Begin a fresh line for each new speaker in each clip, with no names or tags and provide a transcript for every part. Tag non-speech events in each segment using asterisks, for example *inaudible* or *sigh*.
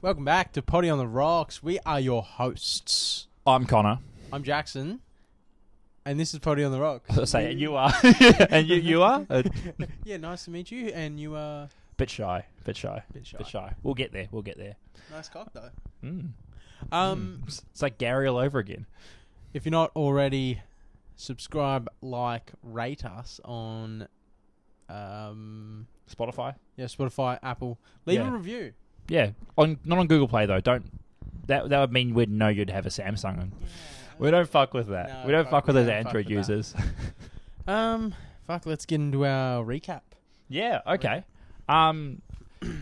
Welcome back to Potty on the Rocks. We are your hosts.
I'm Connor.
I'm Jackson, and this is Potty on the Rocks.
*laughs* I say and you are, and you you are a
yeah, nice to meet you, and you are
bit shy, bit shy,
a bit shy.
bit shy. We'll get there. We'll get there.
Nice cock though.
Mm.
Um,
Mm. it's like Gary all over again.
If you're not already, subscribe, like, rate us on um,
Spotify.
yeah, Spotify, Apple. Leave
Yeah.
a review.
Yeah, on not on Google Play though. Don't that that would mean we'd know you'd have a Samsung. And we don't fuck with that.
No,
we don't
fuck-
fuck with
we
those
don't fuck
Android
with that.
users. *laughs*
Um, fuck. Let's get into our recap.
yeah. Okay. Um.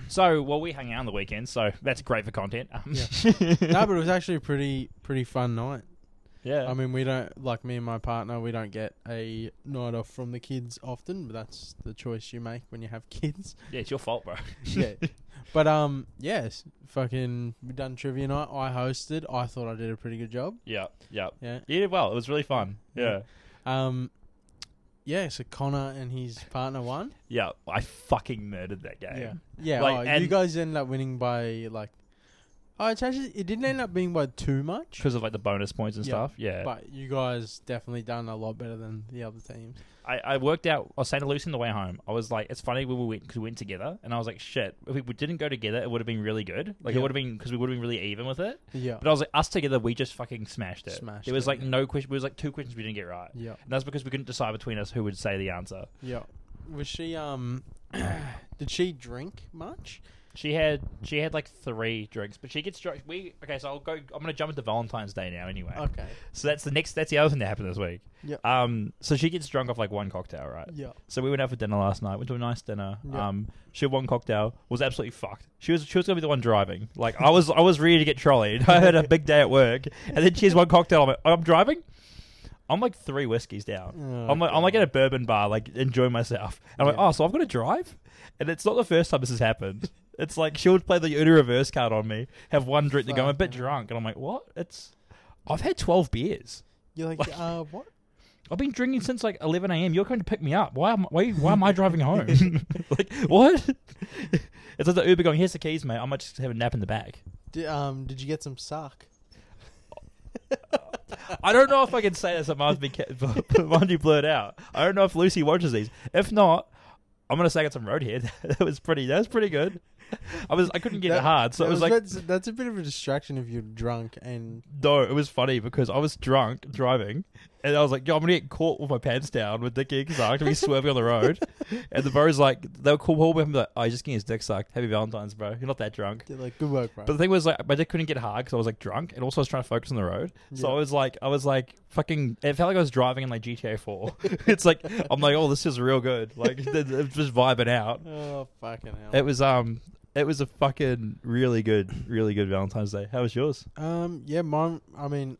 So well, we hung out on the weekend, so that's great for content. Um, *laughs*
no, but it was actually a pretty pretty fun night.
yeah. *laughs*
I mean, we don't like me and my partner. We don't get a night off from the kids often, but that's the choice you make when you have *laughs* kids.
yeah, it's your fault, bro.
yeah. But um, yes, fucking we done trivia night. I hosted. I thought I did a pretty good job.
*laughs* Yeah. Yeah.
Yeah.
You did well. It was really fun.
Yeah.
Yeah.
Um, yeah. So Connor and his partner won.
Yeah. I fucking murdered that *laughs* game.
Yeah. Yeah.
Like,
oh, you
and-
guys ended up winning by like. Oh, it's actually it didn't end up being by too much,
because of like the bonus points and
Yeah,
stuff. Yeah,
but you guys definitely done a lot better than the other teams.
I, I worked out. I was saying to Lucy on the way home. I was like, it's funny when we went because we went together, and I was like, shit, if we didn't go together, it would have been really good. Like
Yeah.
it would have been because we would have been really even with it.
Yeah.
But I was like, us together, we just fucking smashed it.
Smashed
There was
it,
like
yeah.
no question. There was like two questions we didn't get right,
Yeah.
and that's because we couldn't decide between us who would say the answer.
Yeah. Was she um *clears throat* did she drink much?
She had she had like three drinks, but she gets drunk. We okay, so I'll go. I'm gonna jump into Valentine's Day now anyway.
Okay.
So that's the next. That's the other thing that happened this week.
Yeah.
Um. So she gets drunk off like one cocktail, right?
Yeah.
So we went out for dinner last night. Went to a nice dinner.
Yeah.
Um, she had one cocktail. Was absolutely fucked. She was she was gonna be the one driving. Like I was I was ready to get trolleyed. *laughs* I had a big day at work, and then she has one cocktail. I'm like, I'm driving. I'm like three whiskeys down.
Oh,
I'm like I'm like
God.
at a bourbon bar, like enjoying myself. And I'm
Yeah.
like, oh, so I'm gonna drive, and it's not the first time this has happened. It's like she would play the Uno reverse card on me, have one drink, to go, I'm a bit
Fucking hell.
drunk, and I'm like, what? It's I've had twelve beers.
You're like,
Like-
uh what?
I've been drinking since like 11 a.m. You're coming to pick me up. Why am why, why am I driving home? *laughs* like what? It's like the Uber going. Here's the keys, mate. I might just have a nap in the back.
Did, um did you get some suck?
I don't know if I can say this. It might be ca- *laughs* might be blurred out. I don't know if Lucy watches these. If not, I'm gonna say I got some road here. *laughs* that was pretty. That was pretty good. I was I couldn't get
That-
it hard, so
That
it was like
that's, that's a bit of a distraction if you're drunk and
No, it was funny because I was drunk driving, and I was like, "Yo, I'm gonna get caught with my pants down with the gig sucked." We swerving on
*laughs*
the road, and the bro's like, "They were cool." Him like, "Oh, he's just getting his dick sucked. Happy Valentine's, bro. You're not that drunk."
you're like good work, bro.
But the thing was, like, my dick couldn't get hard because I was like drunk, and also I was trying to focus on the road. So
Yeah.
I was like, I was like, fucking. It felt like I was driving in like GTA
*laughs*
Four. *laughs* it's like I'm like, oh, this is real good. Like, *laughs* th- th- just vibing out.
oh fucking hell.
It was um, it was a fucking really good, really good Valentine's Day. How was yours?
um yeah, mine I mean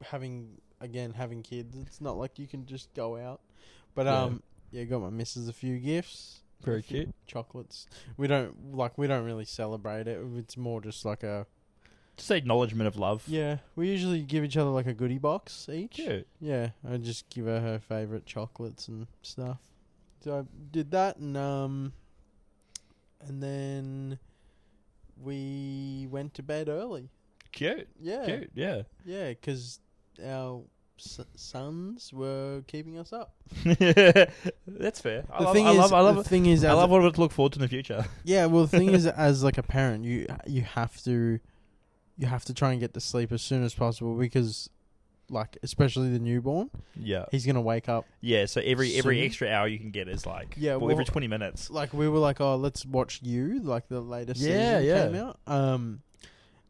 having again having kids, it's not like you can just go out. But
Yeah.
um yeah, got my missus a few gifts.
Very
a few
cute.
Chocolates. We don't like we don't really celebrate it. It's more just like a
Just acknowledgement of love.
Yeah, we usually give each other like a goodie box each.
Cute.
Yeah, I just give her her favorite chocolates and stuff. So I did that, and um, and then we went to bed early.
Cute.
Yeah,
Cute. Yeah.
yeah, because our s- sons were keeping us up.
*laughs* That's fair. I love, I love, I
the
love,
thing is, um,
I
as
love what we look forward to in the future.
*laughs* Yeah, well, the thing is, as like a parent, you you have to you have to try and get to sleep as soon as possible because, like, especially the newborn,
*laughs* Yeah.
he's gonna wake up.
Yeah. So every every
Soon.
extra hour you can get is like
Yeah,
yeah,
well-
every twenty minutes.
Like we were like, oh, let's watch you, like the latest
Yeah,
season
yeah.
came out. Um,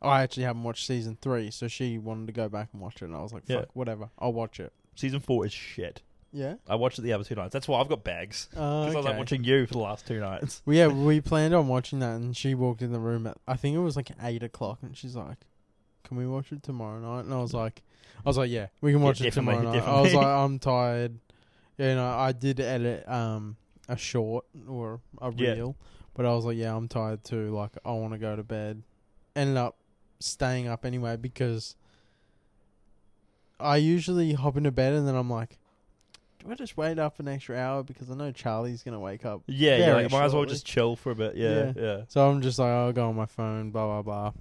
I actually haven't watched season three, so she wanted to go back and watch it, and I was like,
Yeah.
fuck, whatever, I'll watch it.
Season four is shit.
Yeah,
I watched it the other two nights. That's why I've got bags
uh,
because I was like
okay.
watching you for the last two nights. *laughs*
Well, yeah, we planned on watching that, and she walked in the room at I think it was like eight o'clock, and she's like, "Can we watch it tomorrow night?" And I was like, "I was like, yeah, we can
Yeah,
watch it
definitely,
tomorrow night." I was
definitely.
like, "I'm tired," you know. I did edit um a short or a
Yeah.
reel, but I was like, "Yeah, I'm tired too. Like, I want to go to bed." Ended up staying up anyway because I usually hop into bed and then I'm like, do I just wait up an extra hour because I know Charlie's gonna wake up.
Yeah, yeah.
Very
Like, might as well
shortly.
just chill for a bit. Yeah, yeah.
So I'm just like, I'll go on my phone, blah blah blah.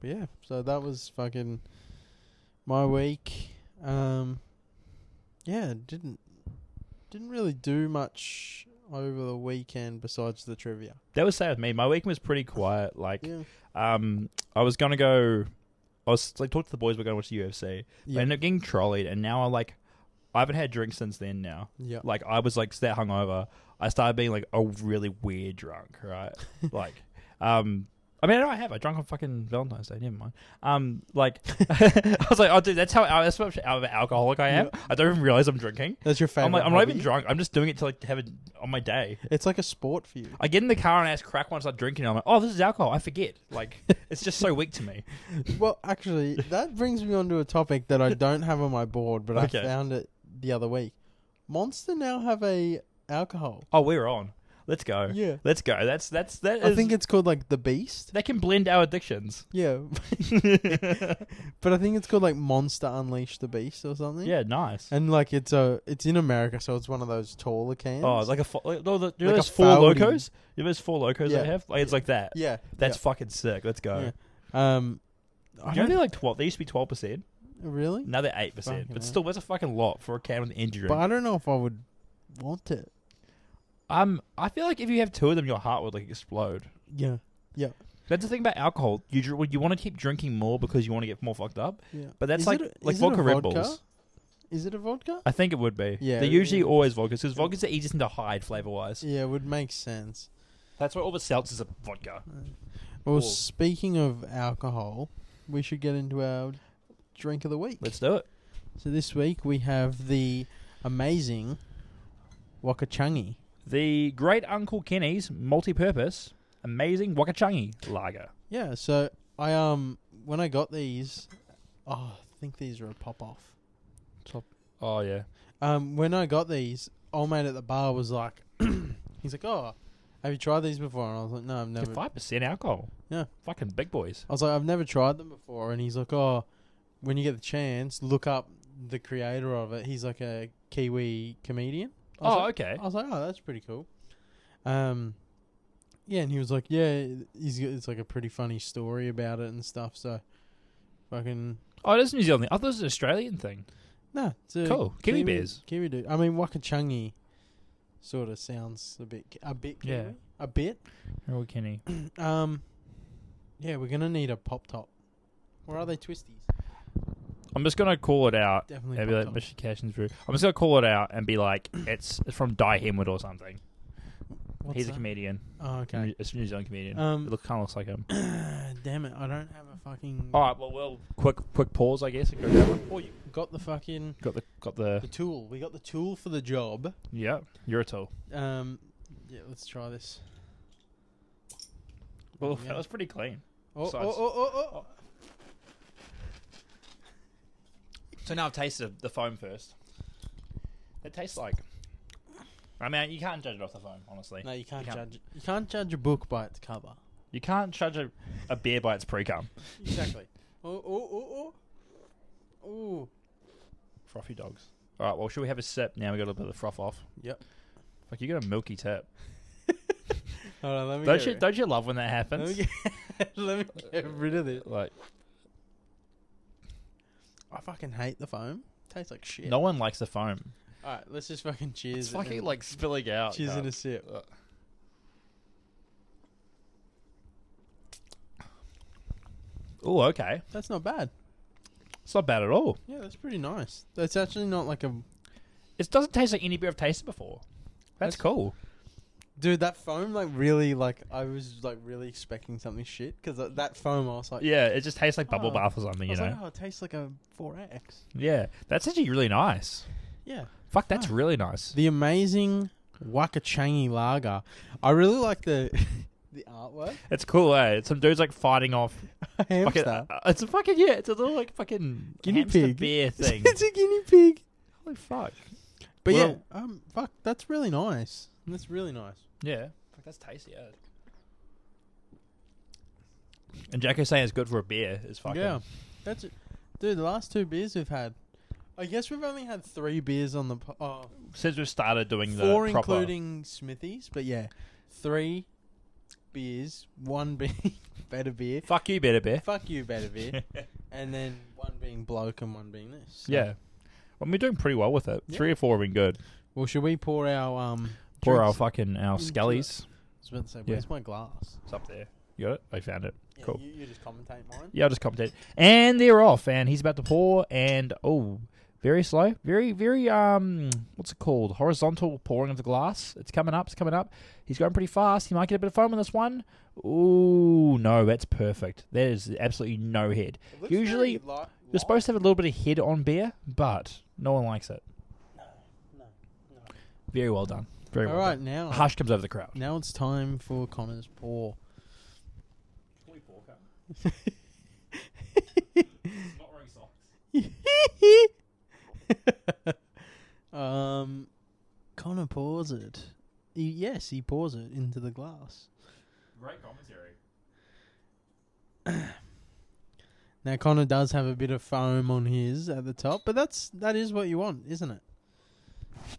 But yeah, so that was fucking my week. Um, yeah, didn't didn't really do much over the weekend besides the trivia.
That was sad with me. My weekend was pretty quiet. Like,
Yeah,
um, I was gonna go. I was like, talked to the boys. We're gonna watch the UFC. I
yeah,
ended up getting trolleyed, and now I like, I haven't had drinks since then. Now,
yeah.
like, I was like that hungover. I started being like a really weird drunk,
*laughs*
right? like, um, I mean, I know I have. I drank on fucking Valentine's Day. Never mind. Um,
*laughs*
like, *laughs* I was like, oh, dude, that's how that's how much of an alcoholic I am. I don't even realize I'm drinking.
That's your favorite.
I'm like, I'm not even
hobby?
drunk. I'm just doing it to like have it on my day.
It's like a sport for you.
I get in the car and I ask crack once I start drinking. And I'm like, oh, this is alcohol. I forget.
*laughs*
Like, it's just so weak to me.
well,
*laughs*
actually, that brings me on to a topic that I don't have on my board, but
Okay.
I found it the other week. Monster now have a alcohol.
Oh, we're on. Let's go.
Yeah.
Let's go. That's that's that is.
I think it's called like the Beast.
they can blend our addictions. *laughs*
Yeah, but I think it's called like Monster Unleash the Beast or something.
Yeah, nice.
and like it's a it's in America, so it's one of those taller cans.
Oh, it's like a fo- like, no, the, you know
Like a
those four
Foudy.
locos. You know those four locos
Yeah.
I have. Like, it's like that.
yeah,
That's fucking sick. Let's go.
Yeah. yeah. um, I
Do you know
don't
they're like twelve? They used to be twelve percent.
really,
Now they're eight percent.
Fucking
But
hell.
still, that's a fucking lot for a can with an injury.
but I don't know if I would want it.
um, I feel like if you have two of them, your heart would like explode.
Yeah,
That's the thing about alcohol. You dr- well, you want to keep drinking more because you want to get more fucked up.
yeah.
But that's
Is
like
it a-
like
is it a
vodka Red Bulls.
Is it a vodka?
I think it would be.
Yeah,
they're
it-
usually
it-
always vodkas because vodkas are easiest to hide flavor wise.
Yeah, it would make sense.
That's why all the seltzers are vodka.
Well,
Or-
speaking of alcohol, we should get into our drink of the week.
Let's do it.
so this week we have the amazing Wakachangi.
The Great Uncle Kenny's multi-purpose amazing Wakachangi lager.
Yeah, so I um when I got these, oh, I think these are a pop off.
Oh yeah,
Um, when I got these, old mate at the bar was like, *clears throat* he's like, oh, have you tried these before? And I was like, no, I've
they're
never.
five percent alcohol.
Yeah.
fucking big boys.
I was like, I've never tried them before. And he's like, oh, when you get the chance, look up the creator of it. He's like a Kiwi comedian. I was
Oh
like,
okay.
I was like, oh, that's pretty cool. Um, yeah, and he was like, yeah, he's got- it's like a pretty funny story about it and stuff. So, fucking
Oh, it is New Zealand. I thought it was an Australian thing.
no, it's a
Cool. Kiwi bears.
Kiwi do. I mean, Wakachangi sort of sounds a bit, ki- a bit, kiwi,
Yeah.
a bit.
Oh Kenny.
Um, yeah, we're gonna need a pop top. Or are they twisties?
I'm just gonna call it out.
Definitely.
And be like,
pop
Mr. Cash and Drew. I'm just gonna call it out and be like, it's it's from Die Hemwood or something.
top. What's
He's a
that?
comedian.
Oh, okay.
It's a New Zealand comedian.
Um,
it look, kind of looks like him.
Damn it! I don't have a fucking.
All right, well, we'll quick quick pause, I guess, and go down one. Oh, you
Got the fucking
got the got the
the tool. We got the tool for the job.
yeah. You're a tool.
Um, yeah, let's try this.
Well,
Yeah.
that was pretty clean.
Oh, oh,
Besides-
oh, oh, oh.
So now I've tasted the foam first. It tastes like. I mean, you can't judge it off the foam, honestly.
No, you can't
You can't.
judge. You can't judge a book by its cover.
*laughs* You can't judge a, a beer by its pre-cum.
Exactly. oh, oh, oh, oh. Ooh.
Frothy dogs. All right, well, should we have a sip now? We got a little bit of the froth off.
Yep.
Like you got a milky tip.
Hold on, let me
Don't
get
you
rid-
don't you love when that
let me
happens?
get, *laughs* let me get rid of this.
Like
I fucking hate the foam. Tastes like shit.
no one likes the foam.
All right, let's just fucking cheers.
It's
it and-
fucking like spilling out.
cheers
cunt.
in a sip.
Ugh. Oh, okay.
That's not bad.
It's not bad at all.
Yeah, that's pretty nice. That's actually not like a
It doesn't taste like any beer I've tasted before.
That's-
That's, cool.
dude. That foam, like, really, like, I was like really expecting something shit because that foam, I was like,
Yeah, it just tastes like bubble
Oh.
bath or something,
I
you
was
know.
like, oh, it tastes like a four X.
Yeah, that's actually really nice.
Yeah,
Fuck, that's
Fuck.
really nice.
the amazing Wakachangi Lager. I really like the *laughs* the artwork. *laughs*
It's cool, eh? It's some dudes like fighting off. Fucking,
Hamster.
uh, it's a fucking yeah. It's a little like fucking
*laughs* Guinea
hamster
pig.
*laughs* beer thing.
it's a guinea pig.
Holy fuck.
But
Well-
yeah, um, fuck, that's really nice. That's really nice.
Yeah. Fuck, that's tasty. eh? Yeah. And Jacko's saying it's good for a beer. It's fucking
Yeah, that's it. dude. The last two beers we've had, I guess we've only had three beers on the po- oh,
Since we started doing
four
the proper,
including Smithies, but yeah, three beers, one *laughs* being better beer.
fuck you, better bear.
Fuck you, better
*laughs*
beer, and then one being bloke and one being this. So-
Yeah, well, we're doing pretty well with it.
Yeah.
Three or four have been good.
Well, should we pour our um?
Pour our
drinks?
fucking our
Into it.
skellies.
I was about to say, where's my glass?
It's up there. You got it. I found it.
Yeah,
Cool.
You, you just commentate mine.
Yeah, I'll just commentate. And they're off, and he's about to pour, and oh, very slow, very, very um, what's it called? Horizontal pouring of the glass. It's coming up. It's coming up. He's going pretty fast. He might get a bit of foam on this one. Ooh, no, that's perfect. There is absolutely no head.
It looks
Usually,
very light-
You're supposed to have a little bit of head on beer, but no one likes it.
No, no.
Very well done. Very
light.
well
All right,
done.
now
Hush comes over the crowd.
now it's time for Connor's
*laughs*
pour. um, Connor pours it. He, yes, he pours it into the glass.
Great commentary.
Now Connor does have a bit of foam on his at the top, but that's that is what you want, isn't it?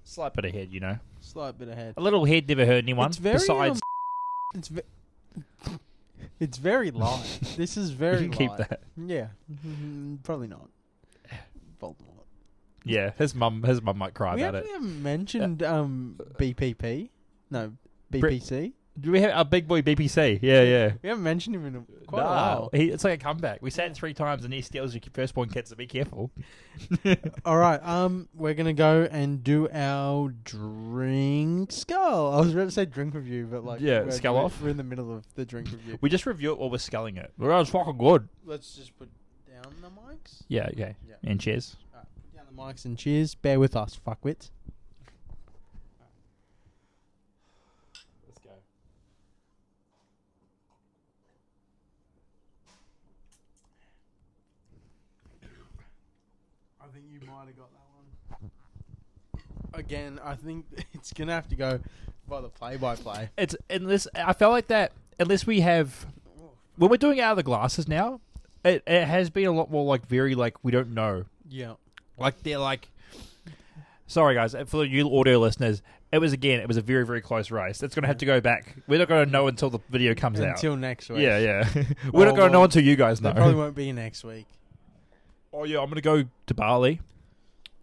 Slight bit of head, you know.
Slight bit of head.
A little head never hurt anyone.
It's very, um,
Besides,
It's ve- it's very
*laughs*
light. this is very
you can keep
light.
that.
Yeah, Mhm, probably not. Voldemort.
Yeah, his mum, his mum might cry
we
about
actually
it.
haven't mentioned um, BPP. No, BPC.
Do we have our big boy BPC? Yeah, yeah.
We haven't mentioned him in a, quite a
Nah,
while.
he, it's like a comeback. We said it three times, and he steals your firstborn kid. So be careful.
All right, um, we're gonna go and do our drink skull. I was about to say drink review, but like
Yeah,
we're-
skull
we're-
off.
We're in the middle of the
*laughs*
drink review.
We just review it while we're sculling it. Well, that was fucking good.
Let's just put down the mics.
Yeah. Okay.
Yeah.
And cheers.
All right, put down the mics and cheers. Bear with us, fuckwits.
Let's go.
I think you might have got that one. Again, I think *laughs* it's gonna have to go by the play-by-play.
It's unless I felt like that. Unless we have when we're doing it out of the glasses now, it it has been a lot more like very like we don't know.
Yeah.
Like they're like, sorry guys, uh, for the you audio listeners, it was again, it was a very very close race. That's gonna have to go back. We're not gonna know until the video comes out.
Until next week.
Yeah, yeah. *laughs* We're
Well,
not gonna know
well,
until you guys
They
know.
probably won't be next
*laughs*
week.
Oh yeah, I'm gonna go to Bali.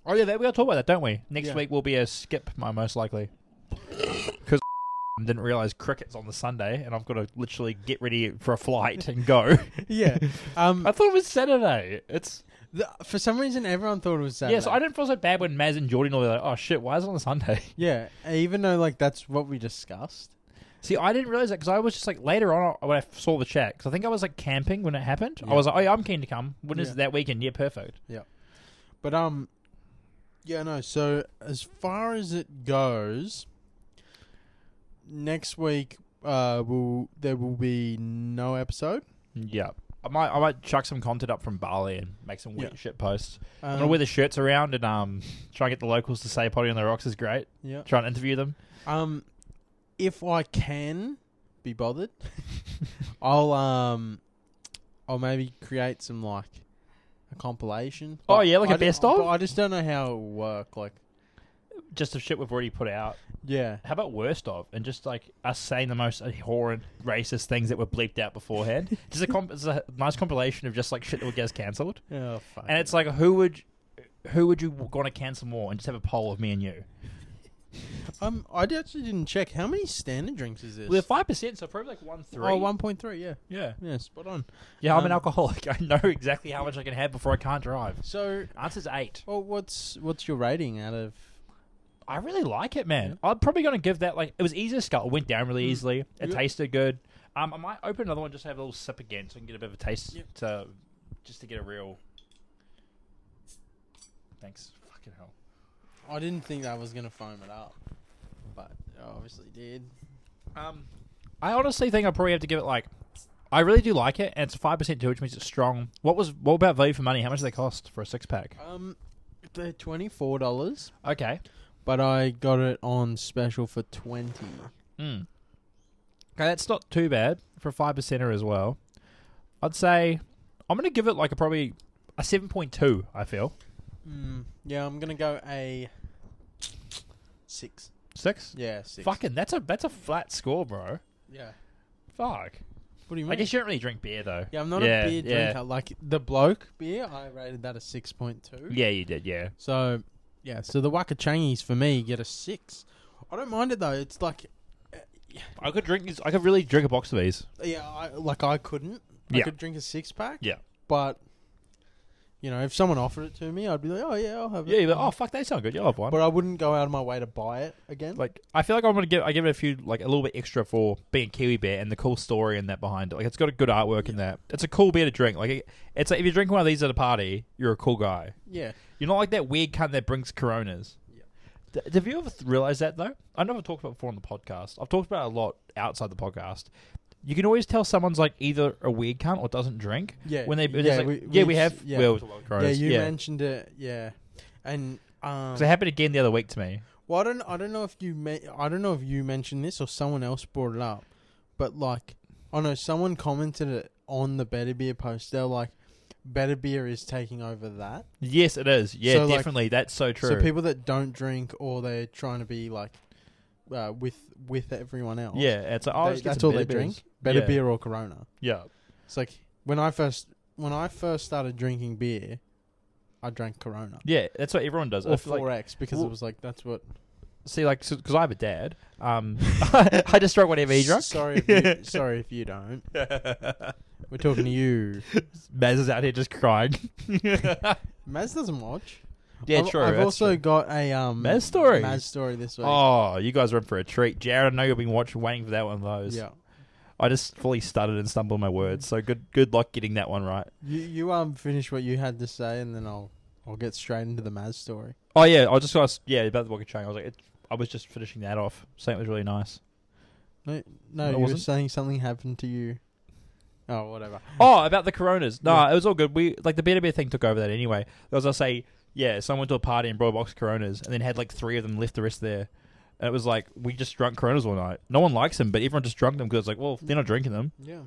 Oh yeah, that, we gotta talk about that, don't we? Next
Yeah.
week will be a skip, mo-
*laughs*
most likely, because *laughs* didn't realize cricket's on the Sunday, and I've got to literally get ready for a flight and
*laughs*
go.
Yeah. Um.
I thought it was Saturday. It's
th- for some reason, everyone thought it was Saturday.
yeah, so I didn't feel so bad when Maz and Jordan were like, "Oh shit, why is it on a Sunday?"
Yeah, even though like that's what we discussed.
See, I didn't realize that because I was just like later on when I saw the chat. 'cause I think I was like camping when it happened.
Yeah.
I was like, "Oh yeah, I'm keen to come." When is
Yeah.
it that weekend? Yeah, perfect.
But um, yeah, no. So as far as it goes, next week uh, will there will be no episode.
Yeah, I might I might chuck some content up from Bali and make some weird
Yeah.
shit posts. I'm
Um,
gonna wear the shirts around and um try and get the locals to say potty on the rocks is great.
yeah.
Try and interview them.
Um, if I can be
*laughs*
bothered, I'll um, I'll maybe create some like a compilation.
Oh,
But
yeah, like
I
a
don't-
best of?
but I just don't know how it'll work. Like,
Just the shit we've already put out.
yeah,
How about worst of and just like us saying the most abhorrent racist things that were bleeped
*laughs*
out beforehand. just a comp- it's a nice compilation of just like shit that gets cancelled.
oh fuck.
And it's like who would who would you want to cancel more and just have a poll of me and you.
um, I actually didn't check how many standard drinks is this.
We're five percent, so probably like one three.
Oh, 1.3, yeah.
Yeah.
Yeah, spot on.
Yeah, I'm an
Um,
alcoholic. *laughs* I know exactly how much I can have before I can't drive.
So,
Answer's eight.
well, what's what's your rating out of
I really like it, man. I'm probably going to give that like it was easy to scull. It went down really
Mm.
easily. It
Yeah.
tasted good. Um, I might open another one just to have a little sip again, so I can get a bit of a taste
Yep.
to just to get a real. Thanks, fucking hell.
I didn't think that was going to foam it up, but I obviously did.
Um, I honestly think I probably have to give it like. I really do like it, and it's five percent too, which means it's strong. What was what about value for money? How much did they cost for a six pack?
Um they're $24,
Okay.
but I got it on special for 20.
Mm. Okay, that's not too bad for a five percenter as well. I'd say I'm going to give it like a probably a seven point two. I feel
Mm, yeah, I'm gonna go a six.
Six?
Yeah, six.
Fucking, that's a that's a flat score, bro.
Yeah.
Fuck.
What do you mean?
I guess you don't really drink beer though.
yeah, I'm not
Yeah,
a beer
yeah.
drinker. Like the bloke beer, I rated that a six point two.
Yeah, you did. Yeah.
So, yeah. So the Waka Changies for me get a six. I don't mind it though. It's like,
I could drink. these- I could really drink a box of these.
yeah, I, like I couldn't.
Yeah.
I could drink a six pack.
Yeah.
But, you know, if someone offered it to me, I'd be like, oh yeah, I'll have
Yeah.
it.
You're like, oh fuck, they sound good. Yeah, I'll have one.
But I wouldn't go out of my way to buy it again.
like, I feel like I'm gonna give. I give it a few, like a little bit extra for being Kiwi beer and the cool story and that behind it. Like, it's got a good artwork in that. It's a cool beer to drink. Like, it, it's like if you drink one of these at a party, you're a cool guy.
yeah.
You're not like that weird cunt that brings Coronas.
Yeah.
Th- Have you ever th- realized that though? I know I've talked about it before on the podcast. I've talked about it a lot outside the podcast. You can always tell someone's like either a weird cunt or doesn't drink.
Yeah.
When they yeah,
yeah,
like,
we-
yeah we
we've-
have
yeah.
well, it's a lot of
yeah,
Coronas.
you
yeah.
mentioned it. Yeah, and um,
'Cause it happened again the other week to me.
well, I don't, I don't know if you, me- I don't know if you mentioned this or someone else brought it up, but like, I know someone commented it on the Better Beer post. They're like, Better Beer is taking over that.
Yes, it is. Yeah,
So, like-
definitely. That's so true.
So people that don't drink or they're trying to be like, uh, with with everyone else.
yeah, it's like, oh,
they-
let's get
that's
some
all they
beer
drink.
drinks.
Better
Yeah.
Beer or Corona.
Yeah,
It's like when I first when I first started drinking beer, I drank Corona.
yeah, that's what everyone does. I
Or
feel like-
four X because
well-
it was like that's what
see, like, because I have a dad. *laughs* Um, I just drank whatever he drank.
Sorry, if
*laughs*
you, sorry if you don't. We're talking to you.
Maz is out here just crying.
Maz doesn't watch.
Yeah,
I've,
true.
I've
that's
also
true.
got a um
Maz story?
Maz story this week.
Oh, you guys are in for a treat, Jared. I know you've been watching, waiting for that one of those.
yeah.
I just fully stuttered and stumbled my words. So good, good luck getting that one right.
You you um finish what you had to say and then I'll I'll get straight into the Maz story.
Oh yeah, I just got yeah about the Waka Chang. I was like, it, I was just finishing that off. Saying it was really nice.
No,
I
no, you were
wasn't.
saying something happened to you. Oh, whatever.
Oh, about the Coronas. No,
Yeah.
it was all good. We like the beer to beer thing took over that anyway. As I say, yeah, someone went to a party and brought a box of Coronas, and then had like three of them left the rest there. And it was like we just drunk Coronas all night. No one likes them, but everyone just drunk them because it's like, well, they're not drinking them,
Yeah,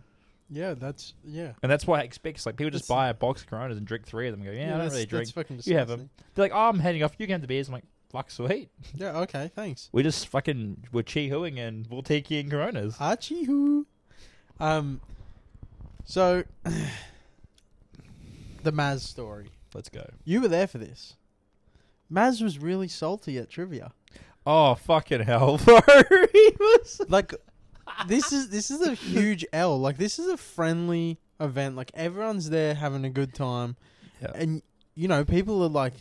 yeah, that's yeah.
and that's why I expect like people just
That's-
buy a box of Coronas and drink three of them. And go, yeah, I don't
that's,
really drink.
That's fucking
You have 'em.
disgusting.
They're like, oh, I'm heading off. You can have the beers. I'm like, fuck, sweet.
Yeah, okay, thanks.
We just fucking we're chi hooing and we'll take you in Coronas.
Archie who, um, so *clears throat* the Maz story.
Let's go.
You were there for this. Maz was really salty at trivia.
Oh fucking hell, *laughs* bro! he was.
Like this is this
*laughs*
is a huge L. Like this is a friendly event. Like everyone's there having a good time.
Yeah.
And you know, people are like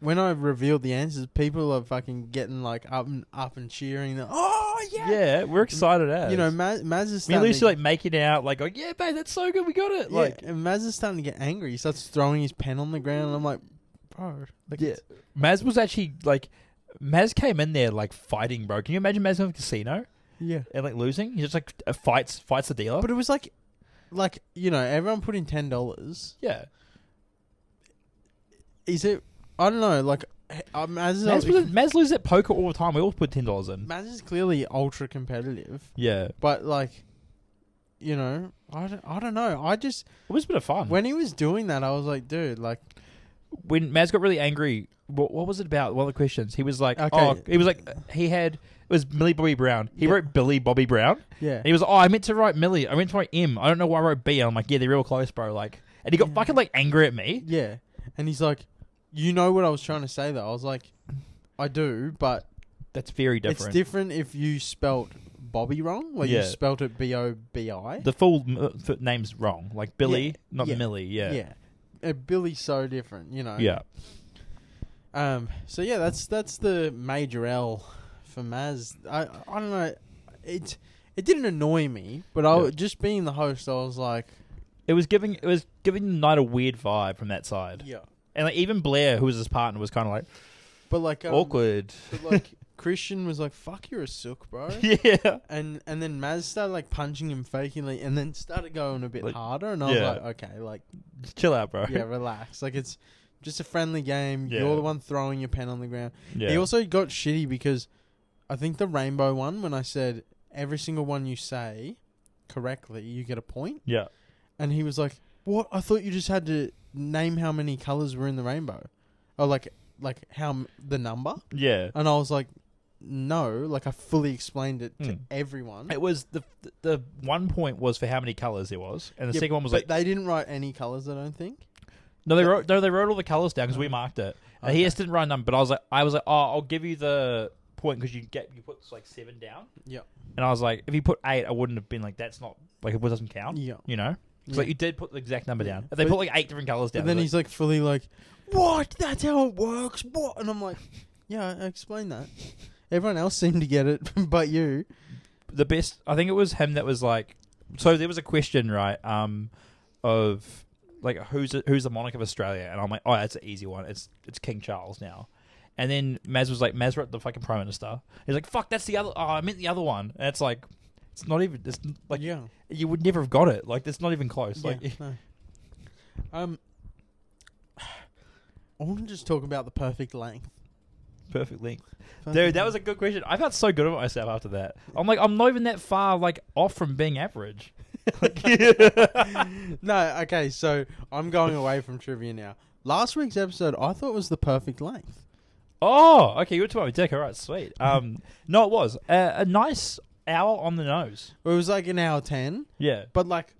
when I revealed the answers, people are fucking getting like up and up and cheering. They're, Oh yeah.
Yeah, we're excited as
You know, Maz, Maz is
We at
starting
least
to,
like making out, like, oh, yeah, babe, that's so good, we got it. Like,
yeah, and Maz is starting to get angry. He starts throwing his pen on the ground. And I'm like, bro, like
Yeah.
it's-
Maz was actually like, Maz came in there like fighting, bro. Can you imagine Maz in a casino
yeah.
and like losing? He just like uh, fights, fights the dealer.
But it was like, like you know, everyone put in ten dollars.
yeah,
Is it? I don't know. Like, uh, Maz, is,
Maz, was, Maz loses at poker all the time. We all put ten dollars in.
Maz is clearly ultra competitive,
Yeah,
but like, you know, I don't, I don't know. I just
it was a bit of fun. When,
when he was doing that, I was like, dude, like,
Maz got really angry, what, what was it about? One of the questions. He was like,
Okay.
oh, he was like, he had it was Billy Bobby Brown. He
Yeah.
wrote Billy Bobby Brown.
yeah,
And he was like, "Oh, I meant to write Millie. I meant to write M. I don't know why I wrote B." And I'm like, "Yeah, they're real close, bro." Like, and he got
Yeah.
fucking like angry at me.
yeah, and he's like, you know what I was trying to say though. I was like, I do, but
That's very different.
It's different if you spelt Bobby wrong, or
Yeah.
you spelt it B O B I.
The full m- uh, f- name's wrong. Like Billy,
Yeah.
not
Yeah.
Millie. Yeah. yeah,
Yeah. Uh, Billy's so different, you know. Um. So yeah, that's that's the major L for Maz. I I don't know. It it didn't annoy me, but I
Yeah.
was just being the host, I was like,
It was giving it was giving the night a weird vibe from that side,
yeah.
and like even Blair, who was his partner, was kind of like
But like um,
awkward.
But
*laughs*
like Christian was like, "Fuck, you're a sook, bro."
yeah,
And and then Maz started like punching him fakingly, and then started going a bit
Like-
harder, and I was
yeah.
like, "Okay, like."
chill out, *laughs* bro.
yeah, relax. Like it's just a friendly game.
Yeah.
You're the one throwing your pen on the ground.
yeah.
He also got shitty because I think the rainbow one, when I said every single one you say correctly, you get a point,
yeah.
and he was like, "What? I thought you just had to name how many colors were in the rainbow." Oh, like like how m- the number?
Yeah.
And I was like, no. Like I fully explained it to
Hmm.
everyone.
It was the the one point was for how many colors there was, and the
Yeah,
second one was
but
like
they didn't write any colors. I don't think.
no, they wrote no, they wrote all the colors down because we marked it. And He
Okay.
just didn't write a number, but I was like, I was like, oh, I'll give you the point because you get you put like seven down,
Yeah.
and I was like, if you put eight, I wouldn't have been like that's not like it doesn't count,
Yeah.
you know.
Yeah.
So like, you did put the exact number down.
Yeah.
If they
But-
put like eight different colors down,
But then
it's
he's like fully like, what? That's how it works. What? And I'm like, *laughs* yeah, I explained that. Everyone else seemed to get it, *laughs* but you.
the best I think it was him that was like so there was a question right um of like who's the, who's the monarch of Australia and I'm like oh that's an easy one it's it's King Charles now and then Maz was like Maz wrote the fucking prime minister he's like fuck that's the other oh I meant the other one and it's like it's not even it's like
yeah,
you would never have got it like that's not even close
yeah,
like
no. Um, I want to just talk about the perfect length.
*laughs* perfect link
Perfect
dude that was a
length.
good *laughs* question I felt so good about myself after that I'm like I'm not even that far like off from being average
*laughs* no. Okay, so I'm going away from trivia now. Last week's episode, I thought was the perfect length.
Oh, okay. You were talking about dick. All right, sweet.
*laughs*
Um, no, it was a, a nice hour on the nose.
It was like an hour ten,
Yeah.
but like,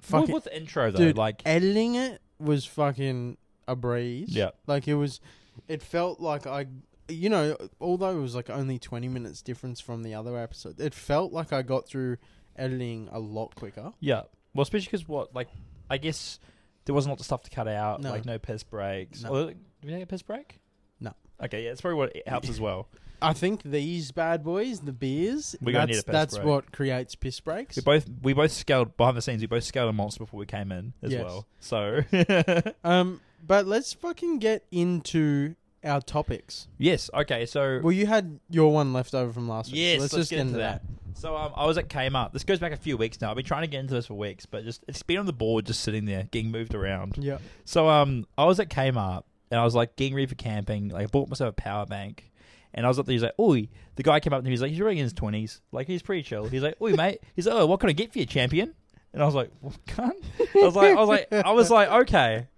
Fuck
fucking
with, the intro though,
Dude,
like
editing it was fucking a breeze.
Yeah.
Like it was it felt like I you know, although it was like only 20 minutes difference from the other episode, it felt like I got through editing a lot quicker.
yeah. Well, especially because what like I guess there wasn't a lot of stuff to cut out.
No.
Like no piss breaks.
No.
Although, like, did we take a piss break?
No.
Okay. Yeah, that's probably what it helps as well.
I think these bad boys, the beers,
We're
that's,
gonna need a piss
that's
break.
what creates piss breaks.
We both we both scaled behind the scenes. We both scaled a monster before we came in as
Yes.
well. So *laughs*
Um but let's fucking get into our topics.
yes. Okay. So
Well, you had your one left over from last week. so
Yes,
let's, just get into that.
So um, I was at Kmart. This goes back a few weeks now. I've been trying to get into this for weeks, but just it's been on the board, just sitting there, getting moved around.
Yeah.
So um, I was at Kmart and I was like getting ready for camping. Like I bought myself a power bank, and I was up there. He's like, "Oi!" The guy came up to me. He's like, "He's already in his twenties. Like he's pretty chill." He's like, "Oi, mate." He's like, "Oh, what can I get for you, champion?" And I was like, "What can?" I was like, I was like, I was like, okay.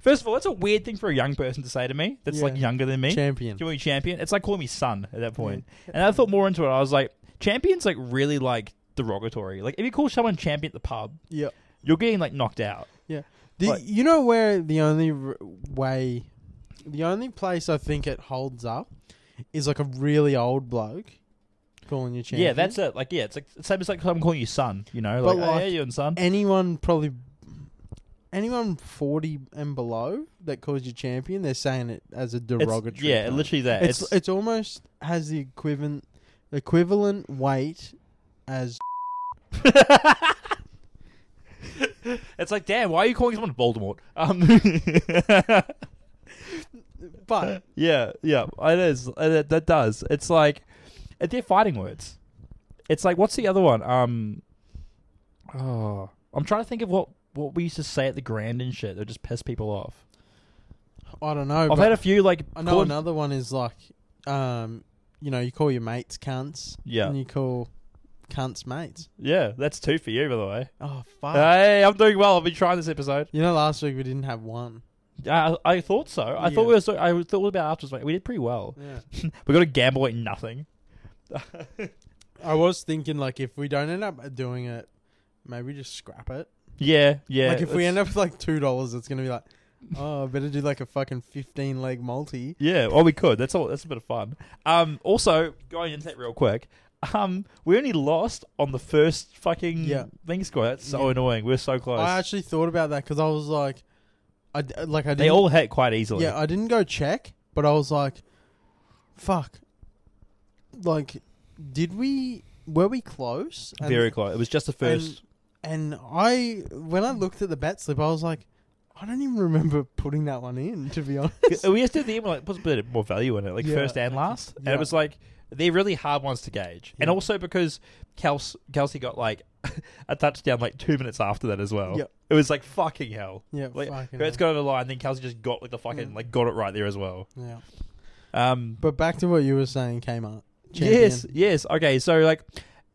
First of all, that's a weird thing for a young person to say to me. That's like
Yeah.
younger than me.
Champion.
Do you want me champion? It's like calling me son at that point. And I thought more into it. I was like, champion's like really like derogatory. Like if you call someone champion at the pub,
Yeah.
you're getting like knocked out.
The,
Like-
you know where the only r- way, the only place I think it holds up is like a really old bloke calling you champion.
Yeah, that's it. Like yeah, it's like it's same as like someone calling you son. You know,
But
like, oh,
like-
yeah, you and son.
anyone probably anyone forty and below that calls you champion. They're saying it as a
It's-
derogatory.
yeah,
term.
literally that.
It's,
It's,
it's almost has the equivalent equivalent weight as *laughs*
it's, like damn, why are you calling
*laughs*
someone Voldemort? Um,
but
*laughs* yeah, yeah, it is. Uh, That, that does. It's like uh, they're fighting words. It's like what's the other one? Um, oh, I'm trying to think of what what we used to say at the grand and shit that just piss people off.
I don't know.
I've
Oh, but
had a few like
I know
call-
another one is like, um, you know, you call your mates cunts.
Yeah.
And you call cunts mates.
Yeah, that's two for you, by the way.
Oh fuck.
Hey, I'm doing well. I've been trying this episode.
you know, last week we didn't have one.
I, I I thought so. I
Yeah.
thought we were. So, I thought about afterwards. Like, we did pretty well. *laughs*
Yeah.
We got a gamble at nothing.
I was thinking like if we don't end up doing it, maybe just scrap it.
Yeah, yeah.
like if we
that's-
end up with like two dollars, it's gonna be like, oh, I better do like a fucking fifteen leg multi.
Yeah, well, we could. That's all. That's a bit of fun. Um, also, going into that real quick, um, we only lost on the first fucking
Yeah.
thing score. That's so
Yeah.
annoying. We're so close.
I actually thought about that because I was like, I d- like I didn't.
they all hit quite easily.
yeah, I didn't go check, but I was like, fuck. Like, did we? Were we close? And-
very close. It was just the first.
And I, when I looked at the bet slip, I was like, I don't even remember putting that one in, to be honest.
we just did the end. Like, put a bit more value in it, like
Yeah.
first and last. And
Yeah.
it was like they're really hard ones to gauge, and
Yeah.
also because Kelsey, Kelsey got like *laughs* a touchdown like two minutes after that as well.
Yeah.
It was like fucking hell.
Yeah,
Like,
fucking
Kurtz
hell.
got over the line, then Kelsey just got like the fucking
Mm.
like got it right there as well.
Yeah.
Um,
But back to what you were saying, Kmart.
Yes, yes. Okay, so like,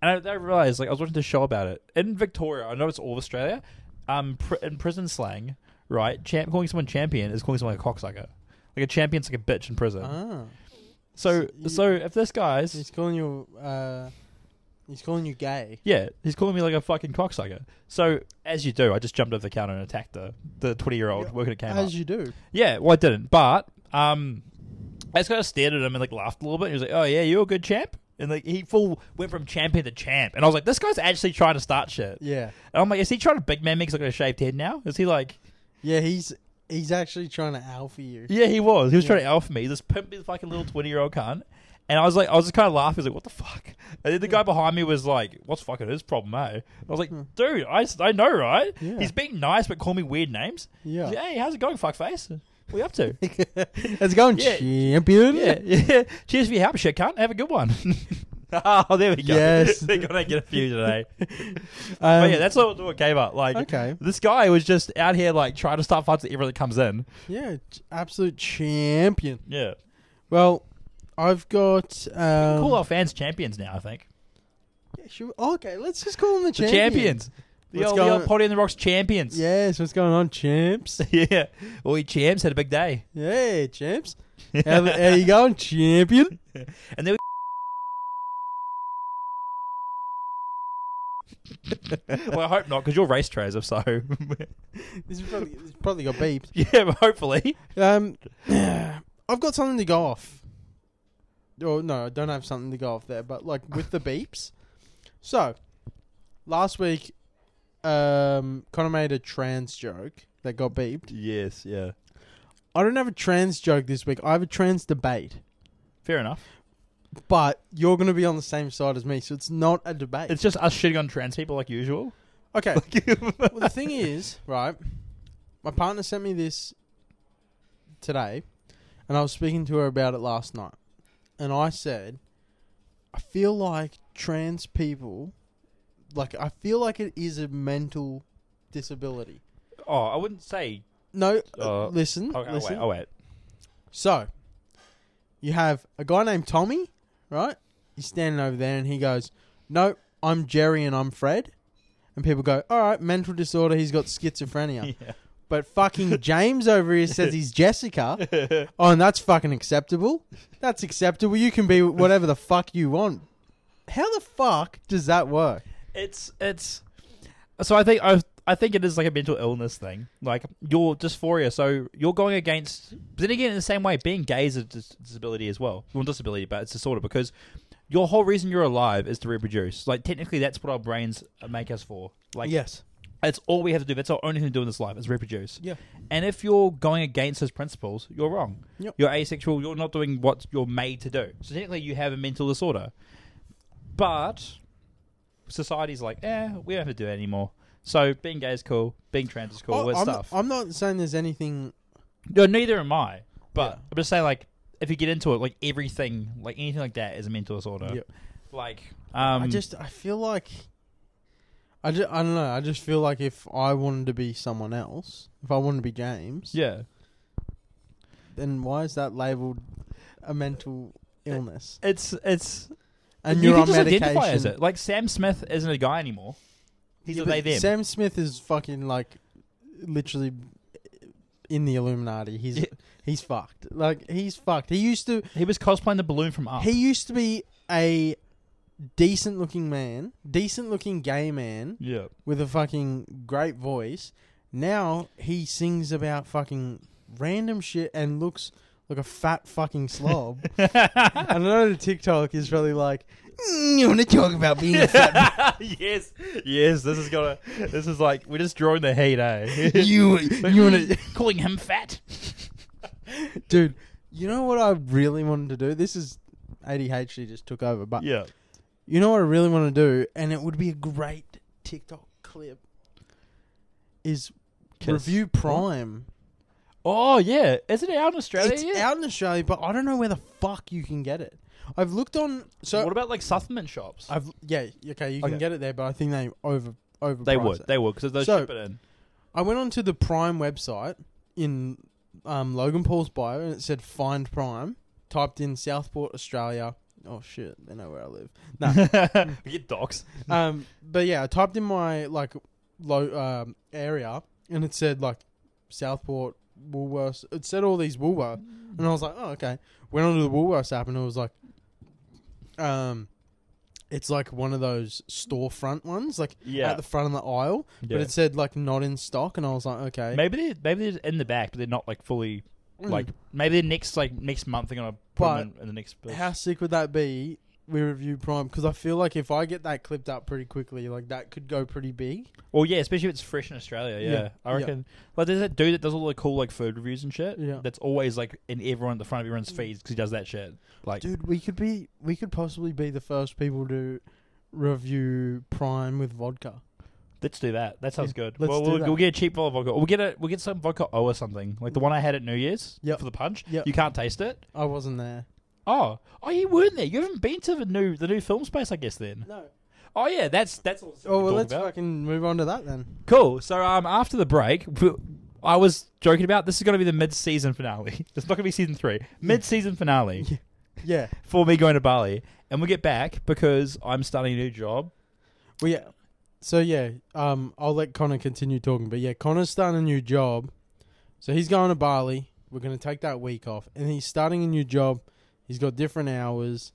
and I, I realized like I was watching the show about it in Victoria. I know it's all of Australia. Um, pr- in prison slang, right? Champ calling someone champion is calling someone a cocksucker. Like a champion's like a bitch in prison.
Ah,
so
so you-
so if this guy's
he's calling you. Uh, he's calling you gay.
yeah, he's calling me like a fucking cocksucker. So as you do, I just jumped over the counter and attacked the the twenty year old
Yeah,
working at Kmart.
As you do.
Yeah, well, I didn't, but um, I just kind of stared at him and like laughed a little bit. He was like, "Oh yeah, you're a good champ," and like he full went from champion to champ, and I was like, "This guy's actually trying to start shit."
Yeah.
And I'm like, "Is he trying to big man me? 'cause I got a shaved head now? Is he like?"
Yeah. He's he's actually trying to alpha you.
Yeah, he was. He was
Yeah.
trying to alpha me. This pimpy fucking little twenty year old cunt. And I was like, I was just kind of laughing. I was like, what the fuck? And then the guy behind me was like, what's fucking his problem, eh? I was like,
Hmm.
dude, I, s- I know, right?
Yeah.
He's being nice, but call me weird names.
Yeah.
He's like, hey, how's it going, fuckface? What are you up to?
*laughs* it's going
Yeah.
champion. Um,
*laughs* yeah, yeah. Cheers for your help, shit cunt. Have a good one. *laughs* oh, there we go.
Yes.
*laughs* They're going to get a few *laughs* today.
Um,
but Oh, yeah, that's what, what came up. Like,
okay.
this guy was just out here, like, trying to start fights with everyone that comes in.
Yeah, ch- absolute champion.
Yeah.
Well, I've got. Um,
call our fans champions now, I think.
yeah, should we- okay, let's just call them the
The
champions.
champions. The
What's
old, the
going
old
on?
Potty and the Rocks champions.
Yes, what's going on, champs?
*laughs*
*laughs*
yeah. All you champs had a big day.
Hey, champs. How, how you going, champion?
And then we. *laughs* well, I hope not, because you're race trays, if so. *laughs*
This is probably, this probably got beeped.
yeah, but hopefully.
Um, *clears throat* I've got something to go off. Oh no, I don't have something to go off there, but like with the beeps. So, last week, um, Connor made a trans joke that got beeped.
Yes, yeah.
I don't have a trans joke this week. I have a trans debate,
Fair enough.
but you're going to be on the same side as me, so it's not a debate.
It's just us shitting on trans people like usual.
okay. well, the thing is, right? My partner sent me this today, and I was speaking to her about it last night, and I said, I feel like trans people, like I feel like it is a mental disability.
Oh, I wouldn't say.
No,
Uh,
uh, listen,
Oh, oh,
listen.
wait, oh, wait.
So, you have a guy named Tommy, right? He's standing over there and he goes, No, I'm Jerry and I'm Fred. And people go, All right, mental disorder, he's got schizophrenia.
*laughs*
But fucking James over here says he's Jessica.
*laughs* Yeah.
Oh, and that's fucking acceptable. That's acceptable. You can be whatever the fuck you want. How the fuck does that work?
it's it's. So I think I I think it is like a mental illness thing, like your dysphoria. So you're going against. But then again, in the same way, being gay is a dis- disability as well. Well, not disability, but it's disorder because your whole reason you're alive is to reproduce. Like technically, that's what our brains make us for. Like
yes.
That's all we have to do. That's our only thing to do in this life is reproduce.
Yeah.
And if you're going against those principles, you're wrong.
Yep.
You're asexual. You're not doing what you're made to do. So technically, you have a mental disorder. But society's like, eh, we don't have to do it anymore. So being gay is cool. Being trans is cool. all that
I'm,
stuff.
I'm not saying there's anything.
no, neither am I. But
Yeah.
I'm just saying, like, if you get into it, like everything, like anything like that, is a mental disorder.
Yep.
Like, um,
I just I feel like I, ju- I don't know. I just feel like if I wanted to be someone else, if I wanted to be James,
yeah.
then why is that labeled a mental illness?
It's it's
And
Uh, you
you're
can
on
just
medication.
identify as it. Like Sam Smith isn't a guy anymore. He's
Yeah,
a
but
they them.
Sam Smith is fucking like literally in the Illuminati. He's
Yeah.
he's fucked. Like he's fucked. He used to
he was cosplaying the balloon from Up.
he used to be a decent looking man, decent looking gay man. *laughs*
yeah.
with a fucking great voice. Now he sings about fucking random shit and looks like a fat fucking slob.
*laughs*
and I know the TikTok is probably like, "Mm, you want to talk about being a fat?
yes. Yes. This is gonna. This is like we're just drawing the heat, eh?
*laughs* You you want to,
calling him fat?
dude? You know what I really wanted to do? This is ADHD just took over, but
Yeah.
you know what I really want to do, and it would be a great TikTok clip. Is
Kiss.
review Prime?
Oh yeah. Is it out in Australia?
It's
yet?
out in Australia, but I don't know where the fuck you can get it. I've looked on so
what about like supplement shops?
I've yeah okay you
Okay.
can get it there, but I think they over over
they would.
It.
They would because they
So-
ship it in.
I went onto the Prime website in um, Logan Paul's bio and it said find Prime. Typed in Southport, Australia. Oh shit, they know where I
*laughs*
live. No,
we get docs.
um, but yeah, I typed in my like low um, area and it said like Southport, Woolworths. It said all these Woolworths, and I was like, oh okay. Went onto the Woolworths app, and it was like, um, it's like one of those storefront ones, like
Yeah.
at the front of the aisle,
yeah.
but it said like not in stock, and I was like, okay,
maybe they maybe they're in the back, but they're not like fully
Mm.
like maybe the next like next month they're gonna put
But
'em in, in the next. Bill.
how sick would that be? We review Prime because I feel like if I get that clipped up pretty quickly, like that could go pretty big.
Well, yeah, especially if it's fresh in Australia. Yeah,
Yeah,
I
yeah.
reckon. Like, there's that dude that does all the cool like food reviews and shit.
Yeah.
that's always like in everyone at the front of everyone's feeds because he does that shit. Like,
Dude, we could be we could possibly be the first people to review Prime with vodka.
let's do that. That sounds
Yeah,
good.
let's
well,
do
we'll,
that.
we'll get a cheap bottle of vodka. Or We'll get a we'll get some vodka O or something like the one I had at New Year's
Yep.
for the punch.
Yep.
you can't taste it.
I wasn't there.
Oh, oh, you weren't there. You haven't been to the new the new film space, I guess. Then.
No.
Oh yeah, that's that's. All
Oh well,
talk
let's
about.
fucking move on to that then.
Cool. So um, after the break, w- I was joking about this is going to be the mid-season finale. *laughs* It's not going to be season three. Mid-season finale
Yeah.
for me going to Bali, and we'll get back because I'm starting a new job.
Well, yeah. So yeah, um, I'll let Connor continue talking, but yeah, Connor's starting a new job, so he's going to Bali. We're gonna take that week off, and he's starting a new job. He's got different hours.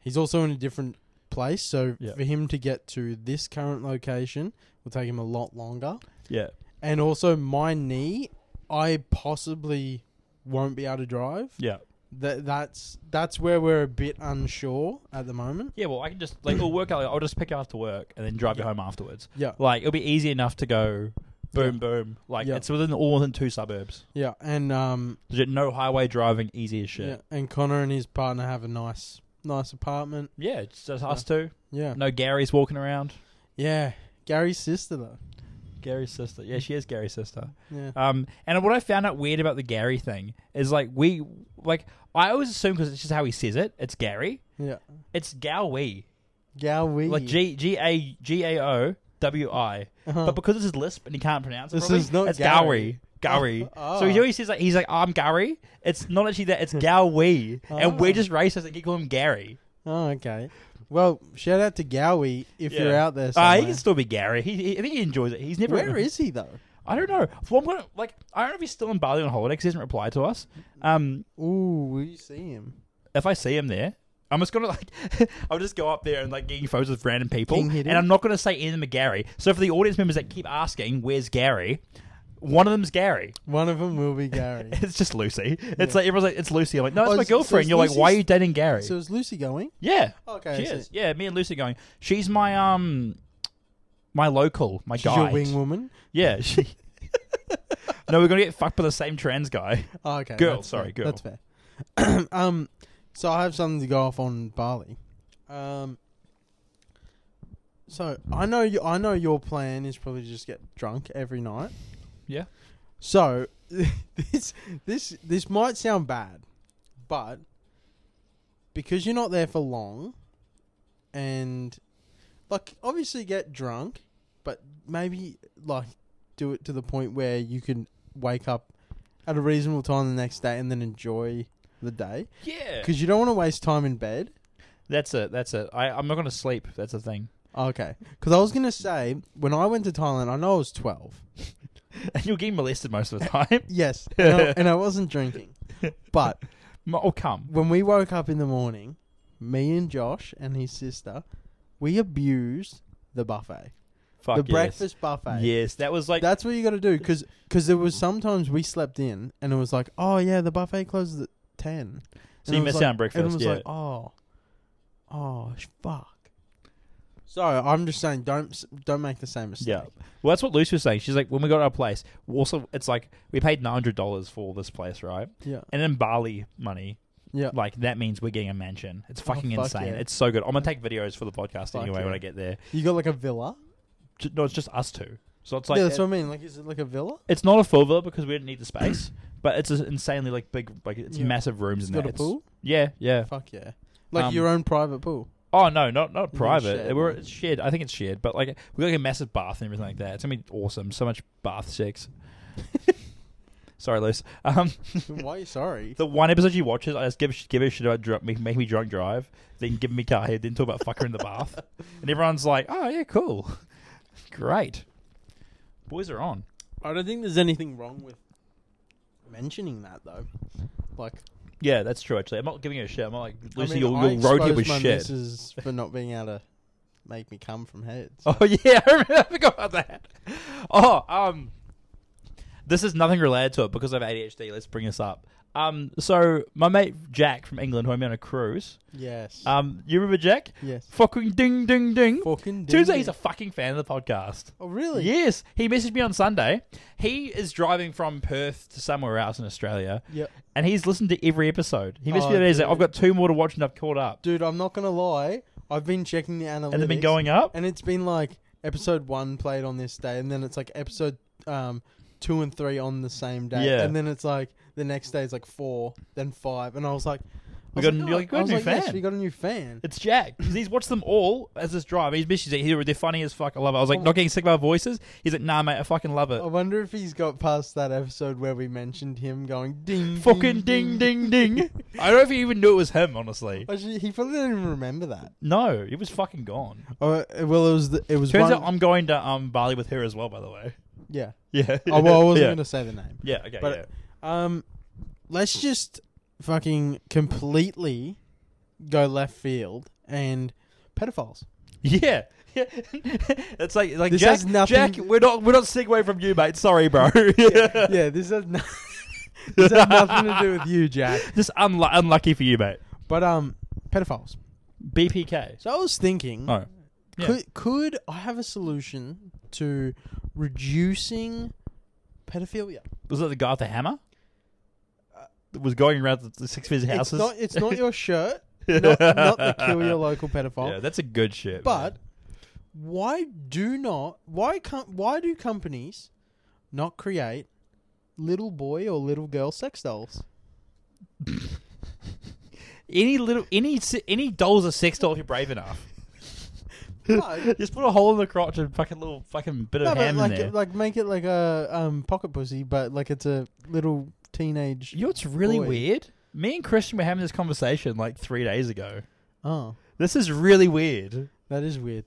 He's also in a different place, so
Yeah.
for him to get to this current location will take him a lot longer.
Yeah.
And also, my knee, I possibly won't be able to drive.
Yeah.
That that's that's where we're a bit unsure at the moment.
Yeah. Well, I can just like we'll work out. I'll just pick you after work and then drive you home afterwards.
Yeah.
Like it'll be easy enough to go. Boom,
Yeah.
boom. Like
Yeah.
it's within all within two suburbs.
Yeah, and um,
Legit, no highway driving, easy as shit.
Yeah, and Connor and his partner have a nice, nice apartment.
Yeah, it's just us two.
Yeah,
No Gary's walking around.
yeah. Gary's sister though.
Gary's sister. Yeah, she is Gary's sister.
Yeah,
Um, and what I found out weird about the Gary thing is like we like I always assume because it's just how he says it. It's Gary.
yeah.
It's Gowie.
Gowie.
Like G G A G A O W I.
Uh-huh.
But because it's his lisp and he can't pronounce it,
This
properly,
is not
it's
Gary.
Gary. Gary.
Oh.
*laughs* So he always says like he's like I'm Gary. It's not actually that.
*laughs*
It's Gowie, and
Oh.
we're just racist and keep calling him Gary.
oh, okay. Well, shout out to Gowie if
Yeah.
you're out there.
Uh,
Somewhere.
he can still be Gary. He, he- I think he enjoys it. He's never.
Where is he though?
I don't know. Well, I'm gonna like. I don't know if he's still in Bali on holiday 'cause he hasn't replied to us. Um,
Ooh, will you see him?
if I see him there, I'm just gonna like, *laughs* I'll just go up there and like getting photos with random people,
King hit
and
him.
I'm not gonna say Ian McGarry. So for the audience members that keep asking, "Where's Gary?" One of them's Gary. *laughs*
One of them will be Gary.
It's just Lucy. It's
Yeah.
like everyone's like, "It's Lucy." I'm like, "No,
Oh,
it's
so-
my
so
girlfriend."
it's
You're like, "Why are
Lucy's-
you dating Gary?"
so is Lucy going?
yeah,
Okay,
she
I see.
is. Yeah, me and Lucy going. She's my um, my local, my
She's
guy.
your wing woman.
Yeah, *laughs* she. no, we're gonna get fucked by the same trans guy.
*laughs* Oh, okay,
Girl,
that's
sorry,
fair.
girl.
That's fair. *clears throat* um, so I have something to go off on Bali. Um, so I know you, I know your plan is probably just get drunk every night.
Yeah.
So *laughs* this this this might sound bad, but because you're not there for long, and like obviously get drunk, but maybe like do it to the point where you can wake up at a reasonable time the next day and then enjoy the day
Yeah,
because you don't want to waste time in bed.
that's it. That's it. I, I'm not gonna sleep. That's the thing. *laughs*
Oh, Okay, because I was gonna say when I went to Thailand, I know I was twelve.
And you'll get molested most of the time.
Yes, and I, and I wasn't
*laughs*
drinking, but
M- Oh, come.
when we woke up in the morning, me and Josh and his sister, we abused the buffet,
Fuck
the
yes.
breakfast buffet.
Yes, that was like
That's what you got to do, because there was sometimes we slept in, and it was like, oh yeah, the buffet closes at ten.
so
and
you
it was
missed
like-
out on breakfast.
And it was
yeah,
like, oh, oh, sh- fuck. So I'm just saying, don't s- don't make the same mistake.
yeah. Well, that's what Lucy was saying. She's like, when we got our place, also it's like we paid nine hundred dollars for this place, right?
yeah,
And in Bali money,
yeah.
like that means we're getting a mansion. It's fucking
Oh, fuck
insane.
yeah.
It's so good. I'm gonna take videos for the podcast
Fuck
anyway when
yeah.
I get there.
You got like a villa.
J- No, it's just us two. So it's like
yeah, that's what I mean. Like, is it like a villa?
it's not a full villa because we didn't need the space, but it's an insanely like big, like it's
Yeah.
massive rooms
It's
in there.
got a
It's-
pool.
Yeah, yeah.
Fuck yeah! Like
Um,
your own private
*laughs*
pool.
Oh no, not
think
not
it's
private.
shared,
We're
no?
it's shared. I think it's shared, but like we got like a massive bath and everything like that. It's gonna be awesome. So much bath *laughs* sex. Sorry, Luce. Um,
Why are you sorry?
the one episode she watches, I just give a sh- give a shit about drunk, make, make me drunk drive, then give me car head, then talk about fucker in the *laughs* bath, and everyone's like, "Oh yeah, cool, great." Boys are on.
I don't think there's anything wrong with mentioning that though. Like
Yeah, that's true. Actually, I'm not giving it a shit. I'm not like Lucy.
I mean,
you'll, you'll road here
here
with
my
shit.
missus for not being able to make me come from heads.
*laughs* Oh yeah, I remember. I forgot about that. Oh, um, this is nothing related to it because I have ADHD. Let's bring this up. Um, so my mate Jack from England, who I met on a cruise.
Yes.
Um, you remember Jack?
yes.
Fucking ding, ding, ding.
Fucking
Turns out
ding
he's a
ding.
fucking fan of the podcast.
Oh really?
Yes, he messaged me on Sunday. He is driving from Perth to somewhere else in Australia,
Yep.
and he's listened to every episode. He messaged
Oh,
me that he's like,
dude.
"I've got two more to watch, and I've caught up."
Dude, I'm not gonna lie. I've been checking the analytics.
And they've been going up.
and it's been like episode one played on this day, and then it's like episode um two and three on the same day,
Yeah.
and then it's like the next day is like four, then five, and I was like, I
We
was
got a
like,
new-
"Oh,"
we got a
I was
new
like, yes,
fan.
we got a new fan.
It's Jack 'cause he's watched them all as his drive. He's messaged like, "Here, they're funny as fuck. I love it." I was like, "Not getting sick of our voices." He's like, "Nah, mate, I fucking love it."
I wonder if he's got past that episode where we mentioned him going ding, *laughs*
fucking ding, ding, ding. I don't know if he even knew it was him. Honestly,
Actually, he probably didn't even remember that.
no, he was fucking gone.
Oh, uh, well, it was the, it was
Turns
one,
out I'm going to um Bali with her as well. By the way, *laughs*
yeah.
yeah.
Oh well, I wasn't
yeah.
gonna say the name.
Yeah, okay,
But-
yeah.
Um, let's just fucking completely go left field and pedophiles.
Yeah. *laughs* Yeah. it's like like
This
Jack,
has nothing-
Jack, we're not we're not segue from you, mate. Sorry, bro. *laughs*
yeah, this has, no- *laughs* this has nothing to do with you, Jack.
Just unlu- unlucky for you, mate.
But um, pedophiles.
BPK.
So I was thinking,
Oh. yeah.
could could I have a solution to reducing pedophilia?
Was that the guy with the hammer? That was going around the, the six of his
It's
houses.
not. It's not your shirt. not, not the kill your local pedophile.
yeah, that's a good shit.
But
man.
why do not why can't why do companies not create little boy or little girl sex dolls?
any little any si- any dolls are sex doll if you're brave enough.
*laughs* No.
*laughs* Just put a hole in the crotch and fucking little fucking bit
No,
of
but
ham in
like
there.
like make it like a um pocket pussy, but like it's a little teenage.
you know what's really
Boy.
weird? Me and Christian were having this conversation like three days ago.
Oh,
This is really weird.
that is weird.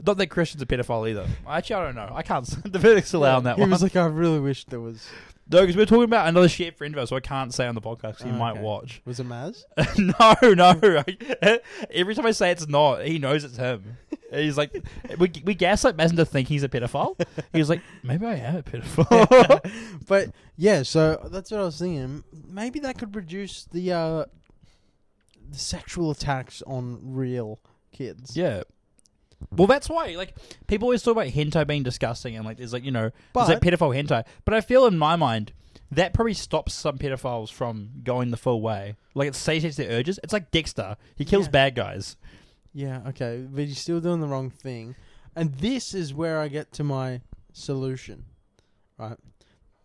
Not that Christian's a pedophile either. Actually, I don't know. I can't. *laughs* The verdict's allowed on
*laughs*
that
he
one.
was like, I really wish there was
no, because we're talking about another shared friend of ours, so I can't say on the podcast 'cause he
Oh,
might
okay.
watch.
was a
*laughs*
Maz. *laughs*
no, no. *laughs* Every time I say it's not, he knows it's him. And He's like, we, we gaslight Maz into thinking he's a pedophile. He was like, maybe I am a pedophile. *laughs*
but yeah, so that's what I was thinking. Maybe that could reduce the uh the sexual attacks on real kids.
yeah. Well, that's why, like, people always talk about hentai being disgusting and, like, there's, like, you know,
But-
there's, like, pedophile hentai. But I feel in my mind, that probably stops some pedophiles from going the full way. Like, it satiates their urges. It's like Dexter. He kills
Yeah.
bad guys. *laughs*
Yeah, okay, but you're still doing the wrong thing. And this is where I get to my solution. Right?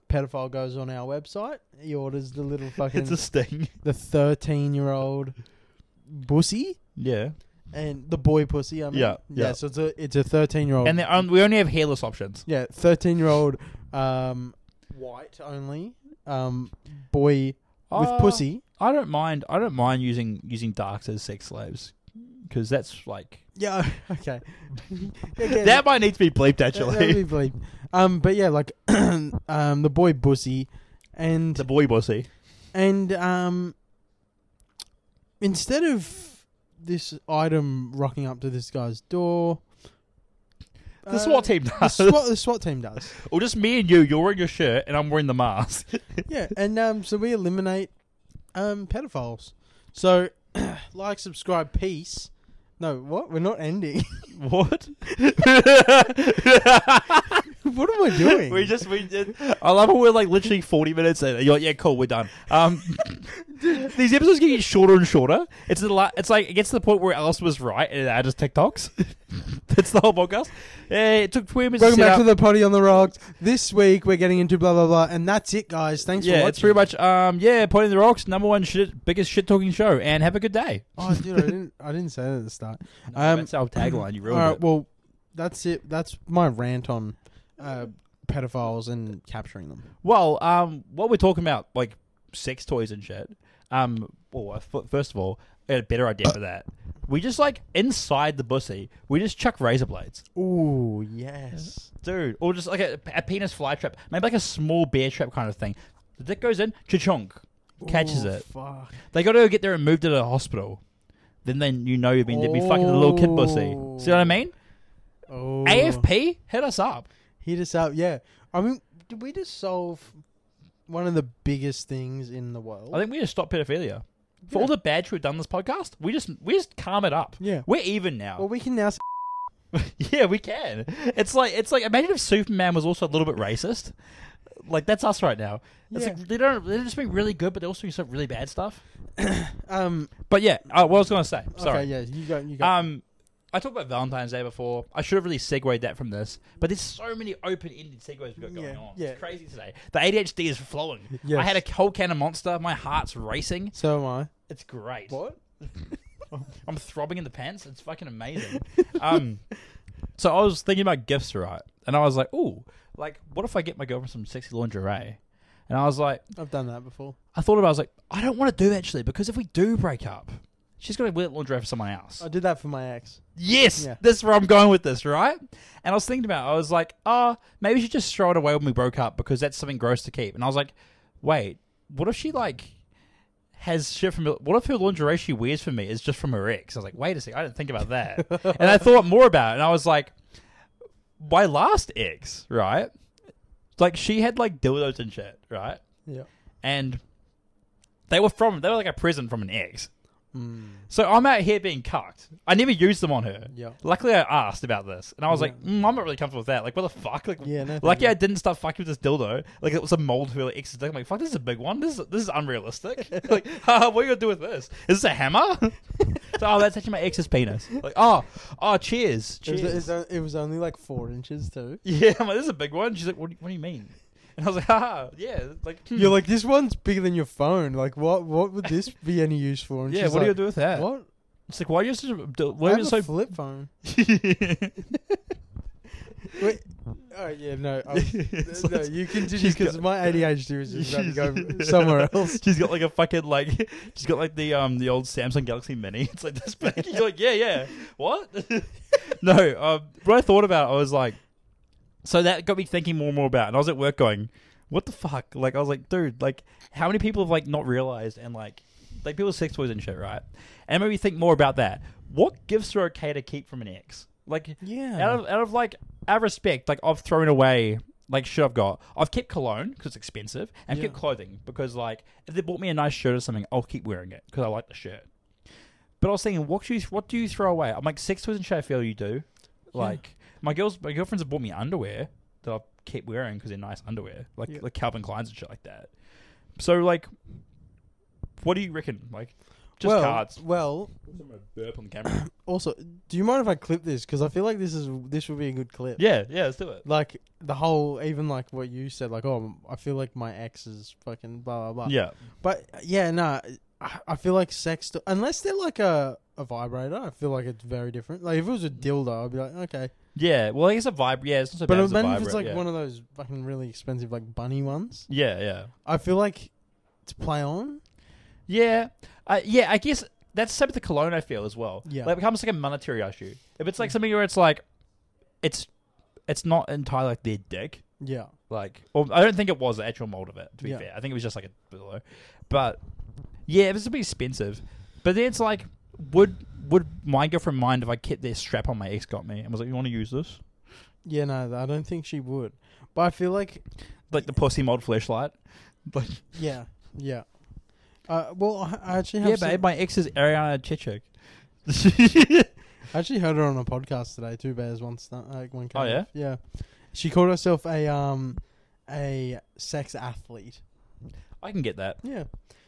Pedophile goes on our website, he orders the
*laughs*
little fucking
It's
*laughs*
a sting.
the 13-year-old pussy
Yeah.
and the boy pussy, I mean.
Yeah, yeah.
so it's a it's a 13-year-old.
And they on- we only have hairless options.
yeah, 13-year-old um white only um boy with
Uh,
pussy.
I don't mind. I don't mind using using darks as sex slaves because that's like
Yeah, *laughs*
*laughs*
okay. Okay,
that might need to be bleeped
That-
actually.
that'd be bleep. Um, but yeah, like *clears throat* um, the boy Bussy, and
*laughs* the boy bossy.
and um, instead of this item rocking up to this guy's door,
The
uh,
SWAT team
The
does.
SWAT, the SWAT team does.
or just me and you. You're wearing your shirt and I'm wearing the
*laughs*
mask.
yeah, and um, so we eliminate um pedophiles. So *clears throat* like, subscribe, peace. No, what? We're not ending.
what?
*laughs* what am I doing?
we just we did. I love how we're like literally 40 minutes in. And you're like, yeah, cool, we're done.
*laughs*
Um, these episodes get shorter and shorter. It's the la- it's like it gets to the point where Alice was right and I just TikToks. *laughs* That's the whole podcast. Yeah, it took 20 minutes.
Welcome
set
back
up.
to the potty on the rocks. This week we're getting into blah blah blah, and that's it, guys. Thanks for
yeah,
watching.
it's pretty much um yeah, Pointing the Rocks, number one shit biggest shit talking show, and have a good day.
Oh,
*laughs*
dude, I didn't. I didn't say that at the start. Um,
That's our tagline. You
All
ruined
right.
it.
Well, that's it. That's my rant on uh, pedophiles and capturing them.
Well, um, what we're talking about, like sex toys and shit. Um, well, I thought- first of all, I had a better idea for that. We just like inside the bussy, we just chuck razor blades,
Ooh, yes.
dude, or just like a, a penis fly trap, maybe like a small bear trap kind of thing. The dick goes in, cha-chonk. Catches
Uh, Ooh,
it.
Fuck.
They got to get there and moved to the hospital. Then they, you know you've been, they'd be fucking the little kid pussy. See what I mean?
Oh.
AFP, hit us up.
Hit us up. Yeah. I mean, did we just solve one of the biggest things in the world?
I think we just stop pedophilia. For
Yeah.
all the bad shit we've done this podcast, we just we just calm it up.
yeah.
We're even now.
Well, we can now. s-
*laughs* yeah, we can. It's like it's like imagine if Superman was also a little bit racist. Like that's us right now. It's
Yeah.
like they don't they're just being really good, but they also do some really bad stuff.
Um.
But yeah, uh, what I was gonna say. Sorry.
Okay. Yeah. You go. You go.
Um, I talked about Valentine's Day before. I should have really segued that from this, but there's so many open-ended segues we've got going
Yeah,
on.
yeah.
It's crazy today. The ADHD is flowing.
Yes.
I had a whole can of Monster. My heart's racing.
so am I.
It's great.
What?
I'm throbbing in the pants. It's fucking amazing. *laughs* um, so I was thinking about gifts, right? And I was like, ooh, like what if I get my girlfriend some sexy lingerie? And I was like,
I've done that before.
I thought about. it, I was like, I don't want to do that actually because if we do break up, she's gonna wear that lingerie for someone else.
I did that for my ex.
Yes,
Yeah.
that's where I'm going with this, right? And I was thinking about, it, I was like, oh, maybe she just throw it away when we broke up because that's something gross to keep. And I was like, wait, what if she like has shit from? What if her lingerie she wears for me is just from her ex? I was like, wait a second, I didn't think about that. and I thought more about it, and I was like, my last ex, right? Like she had like dildos and shit, right?
Yeah.
And they were from they were like a present from an ex.
Mm.
So I'm out here being cucked. I never used them on her.
Yeah.
Luckily, I asked about this, and I was
Yeah.
like, mm, I'm not really comfortable with that. Like, what the fuck? Like,
Yeah. No, thank
lucky
you.
I didn't start fucking with this dildo. Like, it was a mold for like extra dick. I'm like, fuck, this is a big one. This is this is
*laughs*
unrealistic. *laughs* like, haha, what are you gonna do with this? Is this a hammer? so, oh, that's actually my ex's penis. *laughs* Like, oh, oh, cheers,
It was,
cheers.
it was o- it was only like four inches too.
*laughs* yeah, I'm like, this is a big one. She's like, what do, you- what do you mean? And I was like, haha, yeah, like, hmm.
You're like, this one's bigger than your phone. Like, what? What would this be any use for? And
yeah,
she's
what do you
like,
do with that?
What?
It's like, why are you such a, dil-
I
why are
have
you
a
so?
flip phone.
*laughs*
Wait. Oh yeah, no, I was-
*laughs* It's
no.
like-
You continue
she's
because
got- *laughs*
my ADHD is just about to go
She's-
*laughs*
*laughs*
somewhere else.
She's got like a fucking like *laughs* she's got like the um the old Samsung Galaxy Mini. *laughs* It's like this big. You're like, yeah, yeah. What? *laughs* no, um, what I thought about, I was like, so that got me thinking more and more about. It. And I was at work going, what the fuck? Like I was like, dude, like how many people have like not realized and like like people with sex toys and shit, right? And it made me think more about that. What gifts are okay to keep from an ex? Like
Yeah.
out of out of like out of respect, like I've thrown away like shit I've got. I've kept cologne because it's expensive, and I've kept
Yeah.
clothing because like if they bought me a nice shirt or something, I'll keep wearing it because I like the shirt. But I was thinking, what do you what do you throw away? I'm like sex toys and shit. I feel you do. Like my girls, my girlfriends have bought me underwear that I've kept wearing because they're nice underwear, like
Yeah.
like Calvin Klein's and shit like that. So like, what do you reckon? Like, just
well,
cards.
Well,
I'm gonna burp on the camera.
also, do you mind if I clip this? Because I feel like this is this would be a good clip.
*coughs* yeah, yeah, let's do it.
Like the whole, even like what you said, like oh, I feel like my ex is fucking blah blah blah.
Yeah,
But yeah, no, I, I feel like sex. To, unless they're like a a vibrator, I feel like it's very different. Like if it was a dildo, I'd be like okay.
yeah. Well, I guess a vibe. Yeah, it's not so
But
bad as a
imagine if it's
vibrate,
like
yeah.
one of those fucking really expensive like bunny ones.
Yeah, yeah,
I feel like to play on.
yeah. Uh, yeah, I guess that's the same with the cologne. I feel as well.
Yeah.
like it becomes like a monetary issue. If it's like something where it's like, it's, it's not entirely like their dick.
Yeah.
Like, or I don't think it was the actual mold of it. To be
Yeah.
fair, I think it was just like a pillow. But yeah, it was a bit expensive. But then it's like, would would my girlfriend mind if I kept this strap on my ex got me and was like, you want to use this?
Yeah, no, I don't think she would. But I feel like
Like the pussy mold flashlight. Like,
yeah, yeah. Uh, well, I- I actually have
yeah,
some-
babe, my ex is
*laughs*
Ariana Chichik.
I actually heard her on a podcast today. Two bears, one star. Like one.
Oh,
cave. yeah. She called herself a um a sex athlete.
I can get that.
Yeah.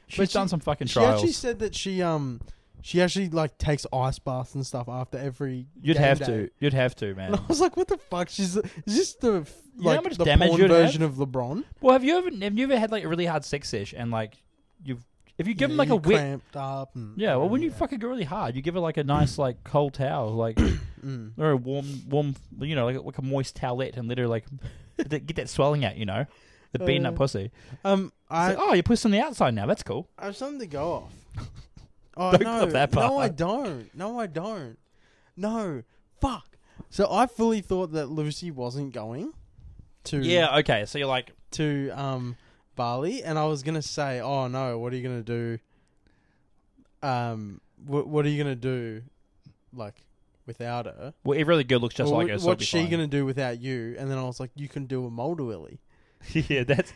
She's
But she-
done some fucking
she
trials.
actually said that she um she actually like takes ice baths and stuff after every.
You'd
game
have
day.
to. You'd have to, man.
And *laughs* I was like, what the fuck? She's is this the f-
You know how
like
much
the
damage
porn
you'd have?
version of LeBron?
Well, have you ever have you ever had like a really hard sex sesh and like you've if you give them
Yeah,
like a
you
wet
cramped up. And,
yeah, well, when you fucking go really hard, you give her like
*clears throat*
a nice like cold towel, like *laughs*
Mm.
or a warm warm you know like like a moist towelette and let
*laughs*
her like get that- get that swelling out, you know, the beating up
Uh,
pussy.
Um,
It's
I
like, oh, you pussy on the outside now. That's cool.
I have something to go
*laughs*
off. Oh
Don't
no,
clip that
no, I
part.
don't. No, I don't. No, fuck. So I fully thought that Lucy wasn't going to
Yeah. Okay. So you're like
to um Bali, and I was gonna say, "Oh no, what are you gonna do? Um, wh- what are you gonna do, like, without her?
Well, every other girl looks just
Or
like
wh-
her. so it'll
what's
be
she
fine.
gonna do without you?" And then I was like, "You can do a Mulder Willy."
*laughs*
*laughs*
yeah, that's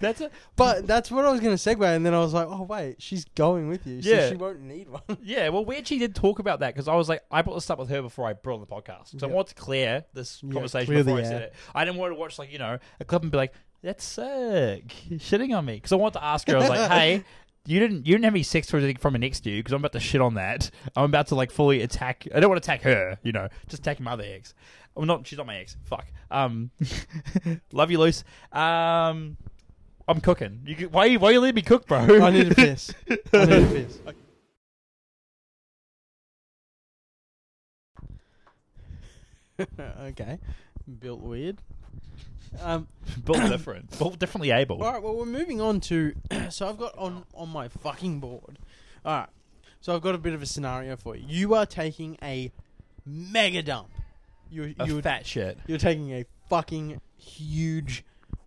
that's a
But that's what I was gonna segue, and then I was like, "Oh wait, she's going with you, so
Yeah.
she won't need one."
*laughs* yeah. Well, we actually did talk about that because I was like, I brought this up with her before I brought on the podcast, so
Yeah.
I wanted to clear this
Yeah,
conversation
clear the
before I said
air.
it. I didn't want to watch like you know a clip and be like, that's sick, shitting on me because I wanted to ask her. I
*laughs*
was like, hey. You didn't. You didn't have any sex toys like, from an ex, do you? Because I'm about to shit on that. I'm about to like fully attack. I don't want to attack her. You know, just attack my other ex. Well, not. She's not my ex. Fuck. Um, *laughs* love you, Luce. Um, I'm cooking. You, could- why? you- Why you letting me cook, bro?
I need a piss. I need a piss. *laughs* okay, built weird. Um,
*laughs*
*coughs*
Built different. Built differently able.
All right. Well, we're moving on to. *clears throat* so I've got on on my fucking board. All right. So I've got a bit of a scenario for you. You are taking a mega dump. You
A
you
fat shit.
you're taking a fucking huge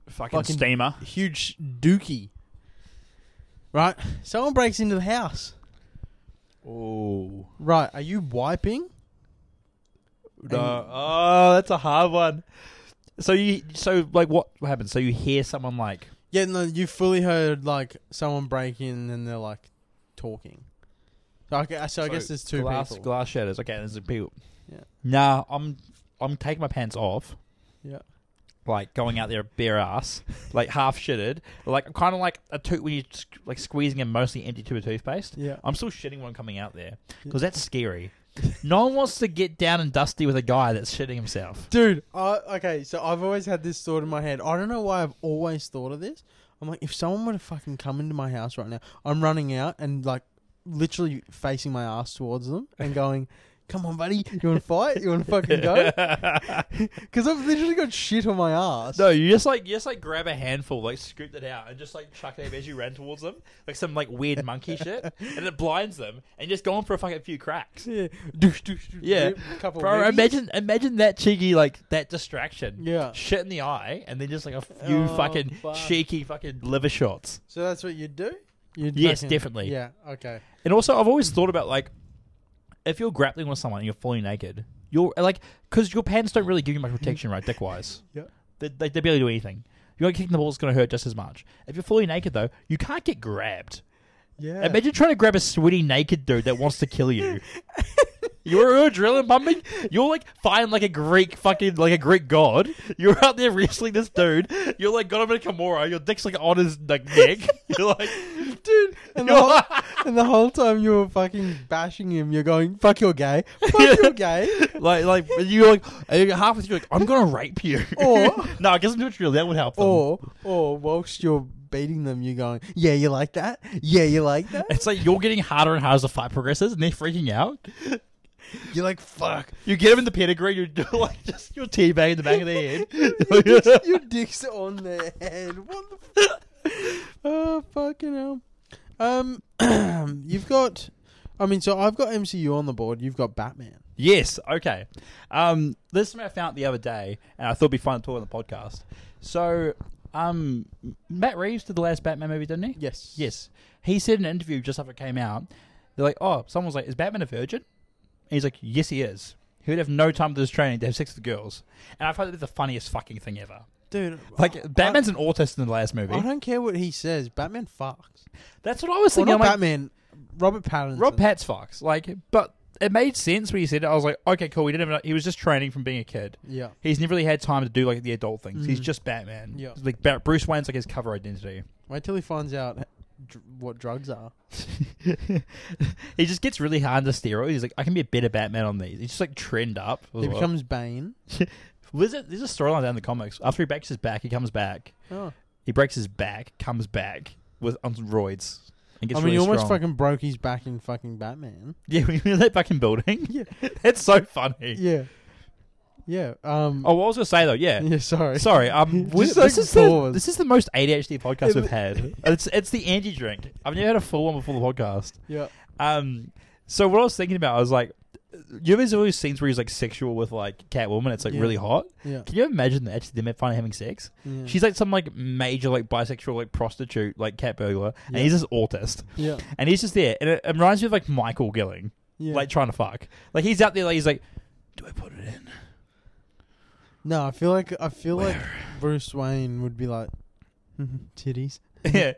Fucking,
Fucking-
steamer.
huge dookie. Right. Someone breaks into the house.
Oh.
Right. Are you wiping?
No. Oh, that's a hard one. So you so like what happens? So you hear someone like
Yeah. No. You fully heard like someone break in and they're like talking. So I, gu- so I guess there's two
glass
people.
glass shatters. Okay, there's people.
Yeah.
Nah, I'm I'm taking my pants off.
Yeah.
Like going out there bare ass, like half shitted, like kind of like a tooth when you squ- like squeezing a mostly empty tube of toothpaste.
Yeah.
I'm still shitting when I'm coming out there because that's *laughs* scary. no one wants to get down and dusty with a guy that's shitting himself.
Dude, I okay, so I've always had this thought in my head. I don't know why I've always thought of this. I'm like, if someone were to fucking come into my house right now, I'm running out and like literally facing my ass towards them
*laughs*
and going, "Come on, buddy, you want to fight? You want to fucking go?" Because I've literally got shit on my ass.
No, you just like you just like grab a handful, like scoop it out, and just like chuck it as you ran towards them, like some like weird monkey shit, and it blinds them, and just go on for a fucking few
*laughs*
cracks.
Yeah, douche, douche, douche,
Yeah.
rip, couple
Bro,
webbies.
imagine imagine that cheeky like that distraction,
Yeah,
shit in the eye, and then just like a few
Oh,
fucking
fuck.
cheeky fucking liver shots.
so that's what you do. You'd
Yes,
fucking-
definitely.
Yeah, okay.
And also, I've always thought about like if you're grappling with someone and you're fully naked, you're like because your pants don't really give you much protection, right? Dick wise,
Yeah.
they, they, they barely do anything. You're kicking the ball is going to hurt just as much. If you're fully naked though, you can't get grabbed.
Yeah.
Imagine trying to grab a sweaty naked dude that wants to
*laughs*
kill you. You're, you're adrenaline pumping. You're like fighting like a Greek fucking like a Greek god. You're out there wrestling this dude. You're like got him in a kimura. Your dick's like on his like neck. *laughs* You're like, dude.
And the, whole, and the whole time you were fucking bashing him, you're going, fuck you're gay, fuck
*laughs*
you're gay.
like like you're like and you're halfway through like I'm gonna rape you.
Or-
*laughs* no, I guess I'm doing real. That would help. Them.
Or, or whilst you're beating them, you're going, yeah, you like that? Yeah, you like that?
it's like you're getting harder and harder as the fight progresses, and they're freaking out.
You're like,
*laughs*
fuck.
You get them in the pedigree. You're doing, *laughs* like just your teabag in the back of
*laughs*
their head.
your, dick's, your dick's on their head. What the fuck?
*laughs*
Oh, fucking hell. Um, *clears throat* you've got, I mean, so I've got MCU on the board, you've got Batman.
yes. Okay. Um, this is something I found out the other day, and I thought it'd be fun to talk on the podcast. So, um, Matt Reeves did the last Batman movie, didn't he?
Yes.
Yes. He said in an interview just after it came out, they're like, oh, someone's like, is Batman a virgin? And he's like, yes, he is. He would have no time to his training to have sex with girls. And I find that the funniest fucking thing ever.
Dude, *gasps*
Like,
I-
Batman's an autist in the last
I, I
movie.
don't care what he says, Batman fucks.
That's what I was
Or
thinking.
not
I'm like,
Batman, Robert Pattinson.
Rob Pat's Fox. Like, but it made sense when he said it. I was like, okay, cool. He didn't have, he was just training from being a kid.
yeah.
He's never really had time to do, like, the adult things. He's
Mhm.
just Batman.
Yeah.
Like, Ba- Bruce Wayne's, like, his cover identity. *laughs*
Wait till he finds out h- dr- what drugs are.
he just gets really hard to steroids. He's like, I can be a better Batman on these. He's just like trend up.
He becomes Bane.
*laughs* There's a, there's a storyline down in the comics. After he breaks his back, he comes back.
Oh.
He breaks his back, comes back with on some roids. And
I
gets
mean,
really
he almost
strong.
fucking broke his back in fucking Batman.
*laughs* yeah, when you're in that fucking building.
*laughs* Yeah.
it's so funny.
Yeah. Yeah. Um.
Oh, what I was gonna say though, yeah.
Yeah. Sorry.
Sorry, um,
*laughs*
we-
Just,
this,
like,
is the,
pause.
this is the most ADHD podcast
Yeah, *laughs*
we've had. It's it's the Angie drink. I've never had a full one before the podcast.
Yeah.
Um, so what I was thinking about, I was like, you ever see all those scenes where he's like sexual with like Catwoman? It's like
Yeah.
really hot.
Yeah.
Can you imagine that? Actually, them finally having sex.
yeah.
She's like some like major like bisexual like prostitute like cat burglar, and
Yeah.
he's this autist,
yeah.
and he's just there, and it, it reminds me of like Michael Gilling,
Yeah.
like trying to fuck. Like he's out there, like he's like, do I put it in?
no, I feel like I feel like Bruce Wayne would be like "Mhm, titties.
*laughs* yeah.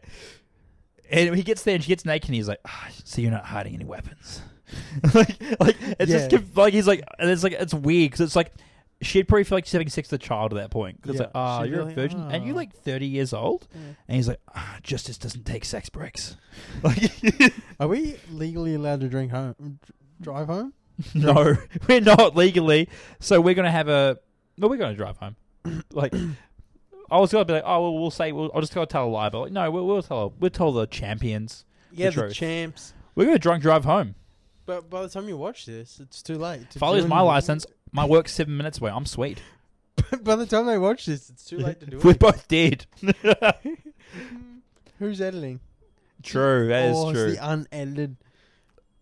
And he gets there and she gets naked and he's like, "Ah, so you're not hiding any weapons. *laughs* like, like it's just
Yeah.
conf- like he's like, and it's like, it's weird because it's like, she'd probably feel like she's having sex with a child at that point. 'Cause it's
Yeah.
like, ah,
She'd be
you're a
like,
virgin and you're
"Ah."
like 30 years old.
Yeah.
And he's like, ah, justice doesn't take
*laughs*
sex breaks. *laughs* Like,
Are we legally allowed to drink home? dr- Drive home?
no, we're not legally. So we're going to have a, no, we're going to
*coughs*
drive home. Like, I was going to be like, oh, well, we'll say, we'll, I'll just go tell a lie. But like, no, we'll, we'll tell, we'll tell the champions.
Yeah,
the
the champs.
We're going to drunk drive home.
But by the time you watch this, it's too late. to
If I lose
do
my
anything.
license, my work's seven minutes away.
*laughs*
I'm sweet.
by the time they watch this, it's too late to do
We're
it.
both dead. *laughs*
Who's editing?
true, that is
Oh, it's
true. Oh.
The unedited,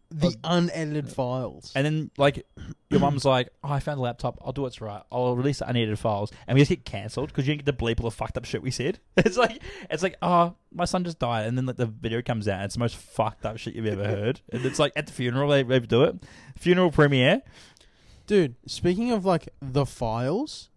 the unedited files.
and then, like, your mum's *clears throat* like, oh, I found the laptop. I'll do what's right. I'll release the unedited files. And we just get cancelled because you didn't get to bleep all the fucked up shit we said. *laughs* It's like, it's like, oh, my son just died. And then like, the video comes out. And it's the most fucked up shit you've ever heard. And it's like at the funeral, they, they do it. Funeral premiere.
Dude, speaking of like the files,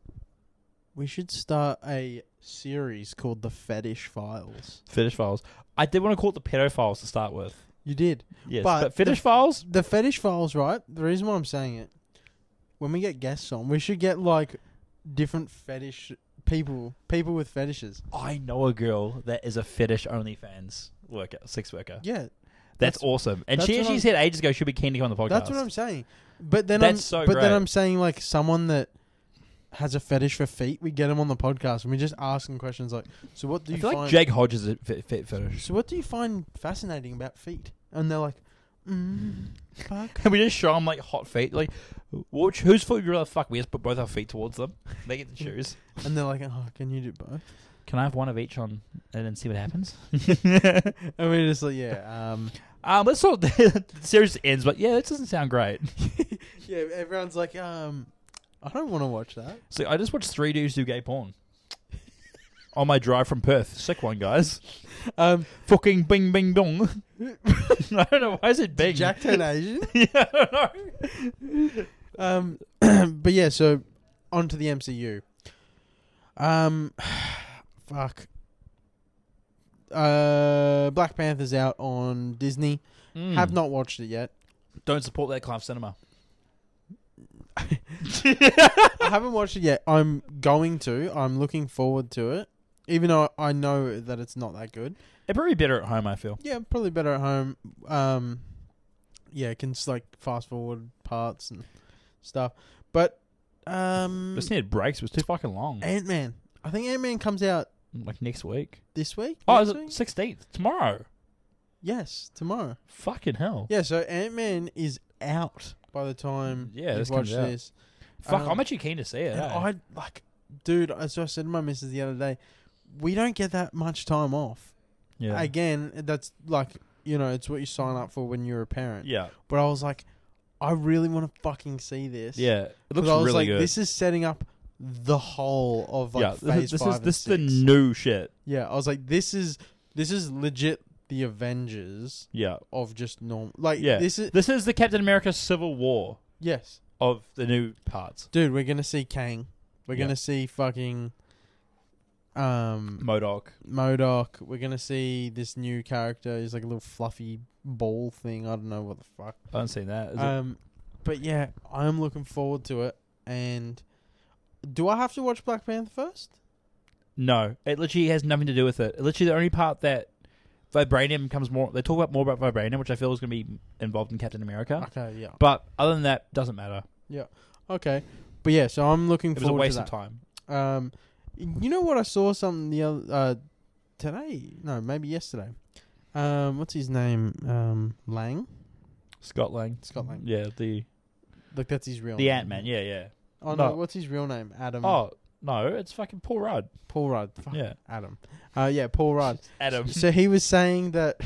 we should start a series called the Fetish Files.
Fetish files. I did want to call it the pedophiles to start with.
You did
Yes. But,
But
fetish
the-
files?
the Fetish Files, right? The reason why I'm saying it, when we get guests on, we should get like different fetish people, people with fetishes.
I know a girl that is a fetish OnlyFans worker, sex worker.
Yeah,
That's,
That's-
awesome. And
that's
she
what
actually
I'm-
said ages ago she'd be keen to come on the podcast.
that's what I'm saying. But then
That's
I'm,
so
but
great.
then I'm saying like someone that has a fetish for feet, we get them on the podcast and we just ask them questions like, so what do
I
you
feel
find?
like Jake Hodge is a fit, fit fetish.
So what do you find fascinating about feet? And they're like, mm, fuck.
Can we just show him like hot feet? Like, which, whose foot would you rather fuck? We just put both our feet towards them. They get to choose.
And they're like, oh, can you do both?
*laughs* Can I have one of each on and then see what happens?
And we're just like, yeah,
*laughs*
um,
um, let's sort *laughs* the series ends, but yeah, this doesn't sound great.
yeah. Everyone's like, um, I don't want to watch that.
So I just watched three dudes do gay porn on my drive from Perth. Sick one, guys.
Um,
Fucking bing bing bong. *laughs* I don't know *laughs* why is it
did
bing.
Jack turn Asian?
*laughs* yeah, I don't know.
Um, *clears throat* but yeah, so on to the MCU. Um, *sighs* fuck. Uh, Black Panther's out on Disney. Mm.
Hmm.
Have not watched it yet.
Don't support that kind of cinema.
I haven't watched it yet. I'm going to. I'm looking forward to it. Even though I know that it's not that good.
It'd probably be better at home, I feel.
Yeah, probably better at home. Um, yeah, can just like fast forward parts and stuff. But um,
Just needed breaks. It was too fucking long.
Ant Man. I think Ant Man comes out
Like next week.
this week.
Oh,
next
is it
week?
16th? Tomorrow.
Yes, tomorrow.
Fucking hell.
Yeah, so Ant Man is out by the time
Yeah,
you've
this comes
watched
out.
this.
Fuck,
um,
I'm actually keen to see it.
And
eh?
I like, dude. As I said to my missus the other day, we don't get that much time off.
yeah.
again, that's like you know, it's what you sign up for when you're a parent.
yeah.
But I was like, I really want to fucking see this.
Yeah. It looks
I was
really
like,
good.
this is setting up the whole of like
yeah, this
phase
is this
five
is, this is the
and six.
new shit.
yeah, I was like, this is this is legit the Avengers
Yeah.
of just normal. Like,
Yeah.
this is
This is the Captain America Civil War
yes,
of the new parts.
dude. We're gonna see Kang. We're
Yeah.
gonna see fucking um
Modoc.
Modoc. We're gonna see this new character. He's like a little fluffy ball thing. I don't know what the fuck.
I haven't seen that. Is it?
Um, but yeah, I'm looking forward to it. And do I have to watch Black Panther first?
No, it literally has nothing to do with it. Literally, the only part that vibranium comes more, they talk about more about vibranium, which I feel is going to be involved in Captain America.
Okay, yeah,
But other than that, doesn't matter.
okay, but yeah, so I'm looking
It was a
forward
waste
to
of
that.
time.
Um, you know what? I saw something the other uh, today. No, maybe yesterday. Um, what's his name? Um, Lang.
Scott Lang.
Scott Lang.
Yeah, the
Like that's his real
the
name.
Ant Man. Yeah, yeah.
Oh no.
No.
what's his real name? Adam.
Oh no, it's fucking Paul Rudd.
Paul Rudd. Um, Fuck,
Yeah,
Adam. Uh, yeah,
*laughs*
Paul Rudd.
Adam.
so he was saying that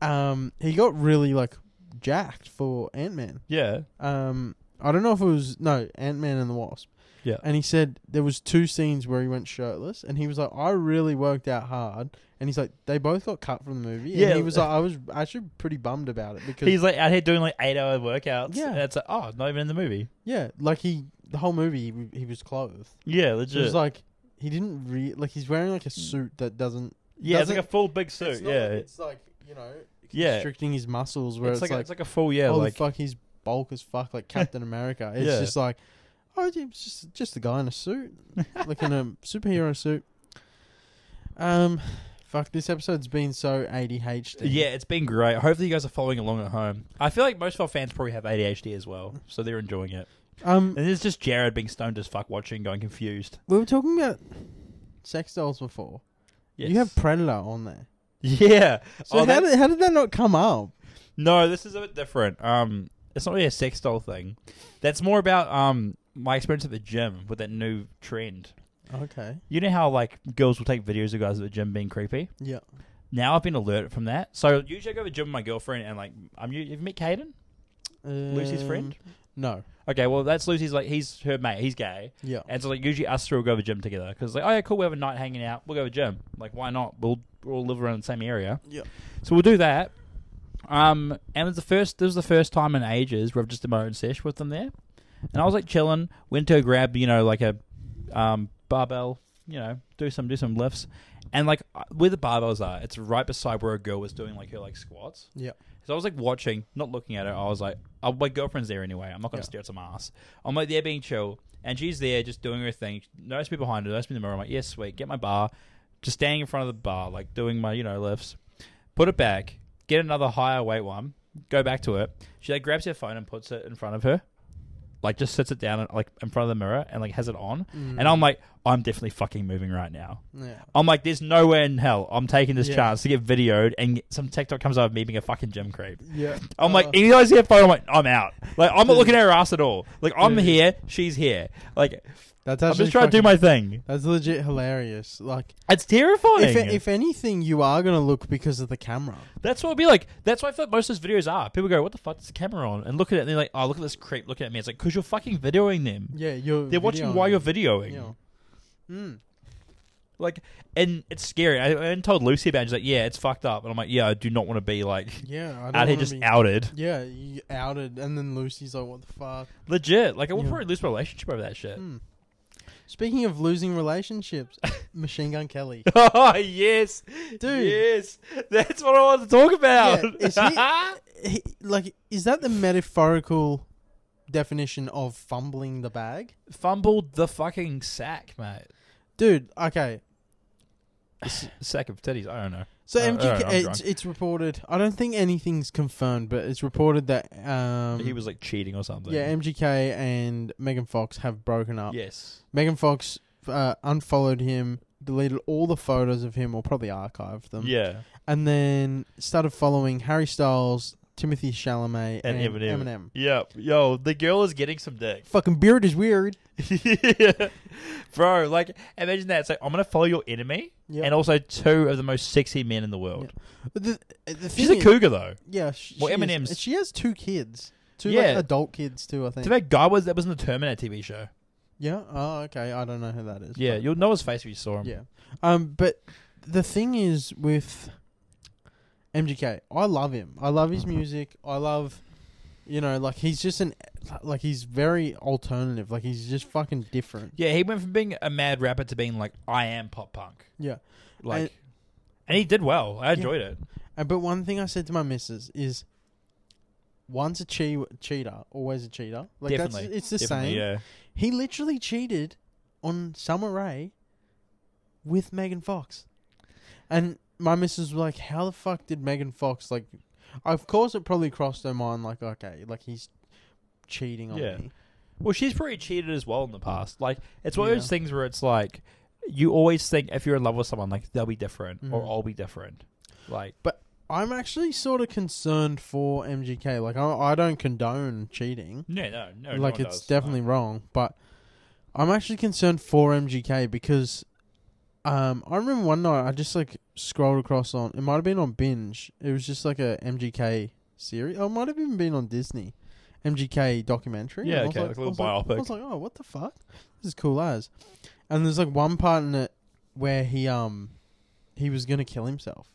um he um, got really like jacked for Ant Man.
Yeah.
Um, I don't know if it was no Ant Man and the Wasp.
Yeah.
And he said there was two scenes where he went shirtless, and he was like, "I really worked out hard." And he's like, "They both got cut from the movie." And
Yeah.
He was like, "I was actually pretty bummed about it because
He's like out here doing like eight hour workouts.
Yeah.
Yeah. And it's like, oh, not even in the movie.
yeah, like he the whole movie he, w- he was clothed.
Yeah,
So
legit.
it was like he didn't re like he's wearing like a suit that doesn't.
yeah, it's like a
doesn't-
full big suit.
it's not-
yeah.
It's like you know
Yeah.
constricting his muscles where
it's,
it's,
like, a,
like
it's like a full yeah,
holy
like
fuck, he's bulk as fuck,
*laughs*
like Captain America. It's
Yeah.
just like, oh, yeah, it's just just a guy in a
*laughs*
suit, like in a superhero suit. Um, fuck, this episode's been so ADHD.
Yeah, it's been great. Hopefully, you guys are following along at home. I feel like most of our fans probably have ADHD as well, so they're enjoying it.
Um,
And there's just Jared being stoned as fuck, watching, going confused.
we were talking about sex dolls before.
Yes.
You have Predator on there.
*laughs* yeah.
So
oh,
how
that,
did how did that not come up?
no, this is a bit different. Um, it's not really a sex doll thing. That's more about um my experience at the gym with that new trend.
Okay.
You know how like girls will take videos of guys at the gym being creepy.
Yeah.
Now I've been alerted from that. So usually I go to the gym with my girlfriend and like I'm. You, have you met Caden,
Mm.
Lucy's friend?
No.
Okay, well that's Lucy's. Like he's her mate. He's gay.
Yeah.
And so, like, usually us three will go to the gym together because, like, oh yeah, cool, we have a night hanging out. We'll go to the gym. Like, why not? We'll we'll all live around the same area.
Yeah.
So we'll do that. Um, and it was the first. This was the first time in ages where I've just done my own sesh with them there. And I was like chilling. Went to grab, you know, like a um, barbell. You know, do some do some lifts. And like uh, where the barbells are, it's right beside where a girl was doing like her like squats.
Yeah.
So I was like watching, not looking at her. I was like, oh, my girlfriend's there anyway. I'm not going
Yeah.
to stare at some ass. I'm like there being chill, and she's there just doing her thing. Notice me behind her, notice me in the mirror. I'm like, yes, sweet, get my bar. Just standing in front of the bar, like doing my, you know, lifts. Put it back, get another higher weight one, go back to it. She like grabs her phone and puts it in front of her. Like just sits it down like in front of the mirror and like has it on.
Mm.
And I'm like, I'm definitely fucking moving right now.
Yeah.
I'm like, there's nowhere in hell I'm taking this
Yeah.
chance to get videoed and some TikTok comes out of me being a fucking gym creep.
Yeah.
I'm like,
Uh,
you guys here phone? I'm like, I'm out. Like, I'm not
Dude.
looking at her ass at all. Like, I'm
Dude.
here, she's here. Like,
that's
I'm
actually
just trying to do
fucking-
my thing.
That's legit hilarious. Like
It's terrifying.
if, if anything, you are gonna look because of the camera.
that's what it'd be like. That's why I feel like most of those videos are. People go, what the fuck is the camera on? And look at it and they're like, oh, look at this creep looking at me. It's like, because you're fucking videoing them.
Yeah, you're.
They're watching while you're videoing.
Yeah. Mm.
Like, and it's scary. I, I told Lucy about it. She's like, yeah, it's fucked up. And I'm like, yeah, I do not want to be like
Yeah, I don't
out
wanna
here just
be,
outed.
Yeah, you outed, and then Lucy's like, "What the fuck?"
Legit. Like, I will
Yeah.
probably lose my relationship over that shit.
Mm. Speaking of losing
*laughs*
relationships, Machine Gun Kelly.
Oh *laughs* yes, dude. Yes, that's what I want to talk about.
Yeah, is
*laughs*
he- He, like, is that the metaphorical definition of fumbling the bag,
Fumbled the fucking sack, mate.
dude? Okay,
S- sack of titties. I don't know.
so
Uh,
MGK,
alright, I'm
it's, it's reported. I don't think anything's confirmed, but it's reported that um,
he was like cheating or something.
yeah, MGK and Megan Fox have broken up.
yes.
Megan Fox uh, unfollowed him, deleted all the photos of him, or probably archived them.
Yeah.
And then started following Harry Styles, Timothy Chalamet, and,
And
Eminem.
Eminem. Yeah. Yo, the girl is getting some dick. *laughs*
Fucking beard is weird.
yeah. Bro, like, imagine that. It's like I'm gonna follow your enemy,
Yeah.
and also two of the most sexy men in the world.
the, the thing
She's a
is-
cougar though.
Yeah. She,
Well,
she is.
Eminem's-
And She has two kids. Two like,
Yeah.
adult kids too, I think.
So that guy was that was in the Terminator TV show.
yeah. Oh, okay. I don't know who that is.
Yeah,
but-
you'll know his face if you saw him.
Yeah. Um, but the thing is with MGK, I love him. I love
Mm-hmm.
his music. I love, you know, like he's just an, like he's very alternative. Like he's just fucking different.
Yeah, he went from being a mad rapper to being like, I am pop punk.
Yeah.
Like,
And-
and, he did well. I enjoyed it.
Uh, but one thing I said to my missus is, once a che- cheater, always a cheater. Like
Definitely.
that's it's the
Definitely,
same.
Yeah.
He literally cheated on Summer Rae with Megan Fox. And my missus was like, How the fuck did Megan Fox like of course it probably crossed her mind like, okay, like he's cheating on
Yeah.
me.
Well, she's probably cheated as well in the past. Like, it's one of
Yeah.
those things where it's like, you always think if you're in love with someone, like, they'll be different or
Mhm.
I'll be different. Like,
I'm actually sort of concerned for MGK. Like I I don't condone cheating.
no, no, no. no
like
one
it's
does.
definitely wrong, but I'm actually concerned for MGK because um I remember one night I just like scrolled across on it might have been on binge. It was just like a MGK series. Oh, it might have even been on Disney, MGK documentary. And
Yeah,
I was
okay, like a
I
little
was like-
biopic.
I was like, oh, what the fuck? This is cool as. And there's like one part in it where he um he was gonna kill himself.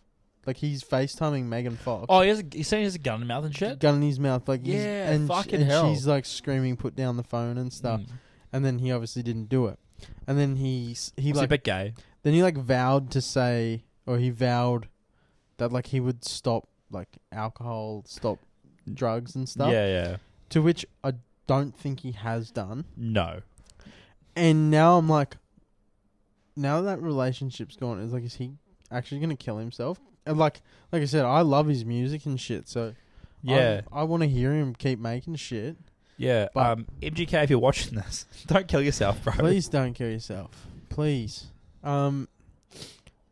Like he's FaceTiming Megan Fox.
Oh, he has a, he's saying he has a gun in his mouth and shit.
Gun in his mouth, like he's-
Yeah,
and, sh-
fucking
and
hell.
she's like screaming, "Put down the phone" and stuff.
Mm.
And then he obviously didn't do it. And then he s- he
He's
like
a bit gay.
then he like vowed to say, or he vowed that like he would stop like alcohol, stop drugs and stuff.
Yeah, yeah.
To which I don't think he has done.
No.
And now I'm like, now that relationship's gone, it's like, is he actually gonna kill himself? And like, like I said, I love his music and shit. So
Yeah,
I'm- I want to hear him keep making shit.
yeah.
but-
um, MGK, if you're watching this, *laughs* don't kill yourself, bro.
Please don't kill yourself. Please. Um,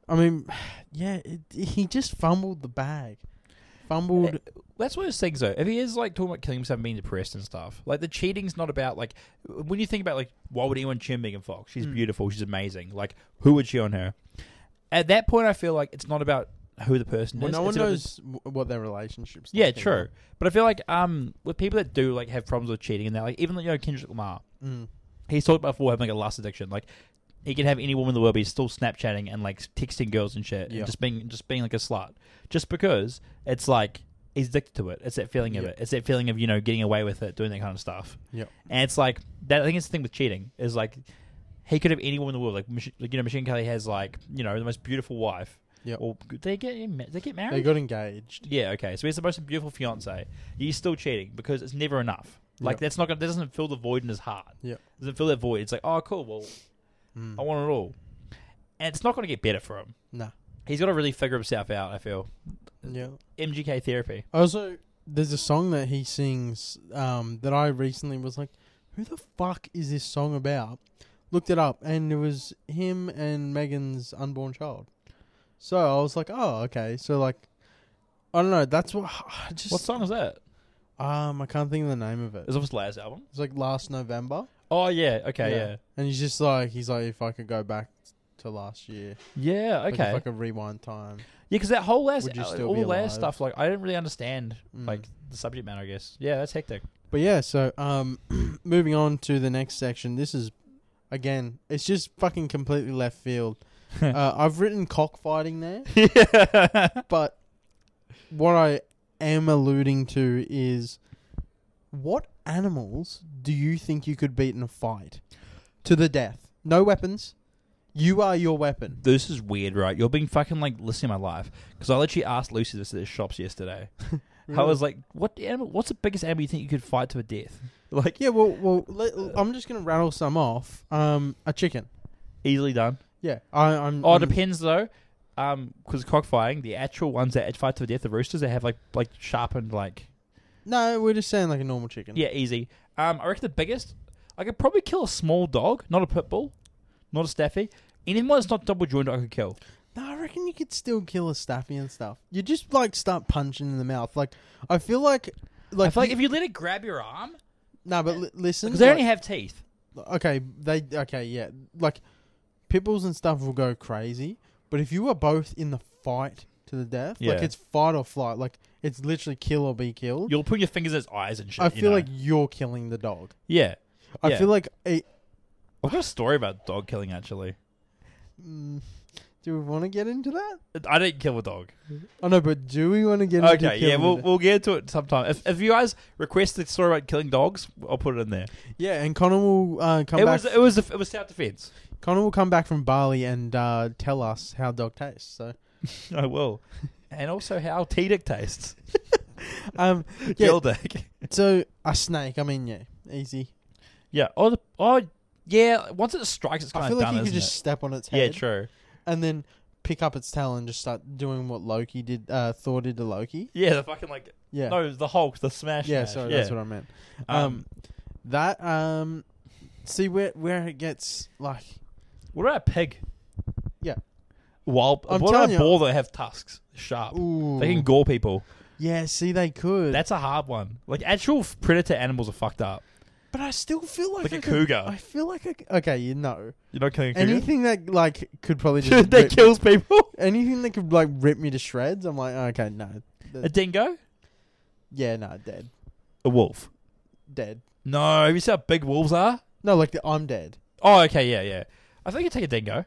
I mean, *sighs* yeah, it, he just fumbled the bag.
Eh,
Fumbled.
That's one of those things, though. If he is like talking about killing himself, and being depressed and stuff, like the cheating's not about like when you think about like why would anyone cheat on Megan Fox? She's
Mm.
beautiful, she's amazing. Like who would cheat on her? At that point, I feel like it's not about who the person
Well,
is.
no one
it's about the-
knows w- what their relationships.
yeah,
like
true. But I feel like um with people that do like have problems with cheating and that, like even like, you know Kendrick Lamar,
anyway. Mm.
he's talked about before having like a lust addiction. Like he can have any woman in the world, but he's still Snapchatting and like texting girls and shit,
Yeah.
and just being just being like a slut, just because it's like he's addicted to it. It's that feeling of
Yeah.
it. It's that feeling of you know getting away with it, doing that kind of stuff.
Yep.
And it's like that. I think it's the thing with cheating is like he could have any woman in the world. Like Mich- like, you know, Machine Kelly has like you know the most beautiful wife.
Yep.
Or they get they get married.
They got engaged.
Yeah, okay. So he's the most beautiful fiance. He's still cheating because it's never enough. Like
Yep.
that's not gonna that doesn't fill the void in his heart.
Yep.
Doesn't fill that void. It's like, oh cool, well,
Mm.
I want it all. And it's not gonna get better for him.
Nah.
He's gotta really figure himself out, I feel.
Yeah.
MGK therapy.
Also, Oh, there's a song that he sings um, that I recently was like, "Who the fuck is this song about?" Looked it up, and it was him and Megan's unborn child. So I was like, "Oh, okay." So like, I don't know. That's what *sighs* I just.
What song is that?
Um, I can't think of the name of it.
Is it his last album?
It's like last November,
Oh yeah, okay, yeah.
and he's just like, he's like, "If I could go back to last year,
Yeah,
like,
okay.
if I could rewind time."
yeah, because that whole last
Would you
uh,
still
all
be
the last
alive?
stuff, like I didn't really understand
Mm.
like the subject matter, I guess. Yeah, that's hectic. *laughs*
But yeah, so um, *clears throat* moving on to the next section. This is again, it's just fucking completely left
*laughs*
field. uh, I've written cockfighting there, but what I am alluding to is what animals do you think you could beat in a fight to the death? No weapons. You are your weapon.
this is weird, right? You're being fucking like listening to my life because I literally asked Lucy this at the shops yesterday. I was like, "What animal? What's the biggest animal you think you could fight to a death? Like
yeah, well, well, let, I'm just gonna rattle some off. Um, a chicken.
easily done.
Yeah, I, I'm.
Oh, it
I'm-
depends though, um, because cockfighting, the actual ones that fight to a death, the roosters, they have like like sharpened like
No, we're just saying like a normal chicken.
yeah, easy. Um, I reckon the biggest, I could probably kill a small dog, not a pit bull, not a staffy. Anyone that's not double jointed, I could kill.
No, I reckon you could still kill a staffy and stuff. You just like start punching in the mouth. Like I feel like, like,
I feel like if you let it grab your arm,
no, but li- listen,
because they
like-
only have teeth.
okay, they okay, yeah, like pit bulls and stuff will go crazy. But if you are both in the fight to the death,
Yeah.
like it's fight or flight, like it's literally kill or be killed.
You'll put your fingers in its eyes and shit.
I
you
feel
know?
like you're killing the dog.
yeah.
I
Yeah.
feel like it,
I've got a story about dog killing actually.
mm, do we want to get into that?
I didn't kill a dog.
I know, but do we want to get into
Okay, yeah,
killing
we'll
the-
we'll get into it sometime. If, if you guys request a story about killing dogs, I'll put it in there.
yeah, and Connor will uh, come
it
back.
was it was it was self defense.
Connor will come back from Bali and uh, tell us how dog tastes. So,
*laughs* I will, and also how tea *laughs* tastes.
um, Yeah.
Kill dig.
so a snake. I mean, yeah, easy.
*laughs* Yeah. Oh, the, oh, yeah. Once it strikes, it's kind
I feel
of
like
done.
you could
isn't
just step on its
it? Yeah,
head
true.
and then pick up its tail and just start doing what Loki did. Uh, Thor did to Loki.
Yeah, the fucking like
Yeah,
no, the Hulk, the smash.
yeah.
smash.
Sorry,
yeah.
that's what I meant. Um, that um, see where where it gets like
what about a pig?
Yeah.
Wild.
I'm
what about
telling
a
you-
boar that have tusks, sharp?
ooh
They can gore people.
yeah. See, they could.
That's a hard one. Like actual predator animals are fucked up.
but I still feel like
Like
I
a
could-
cougar.
I feel like I, c- okay, you know
You're not killing a cougar. *laughs*
anything that like could probably just
that
rip-
kills
*laughs*
people.
anything that could like rip me to shreds, I'm like, okay, no.
A dingo?
Yeah, no, dead,
A wolf.
dead.
No, have you seen how big wolves are?
No, like the, I'm dead.
Oh, okay, yeah, yeah. I think you take a dingo.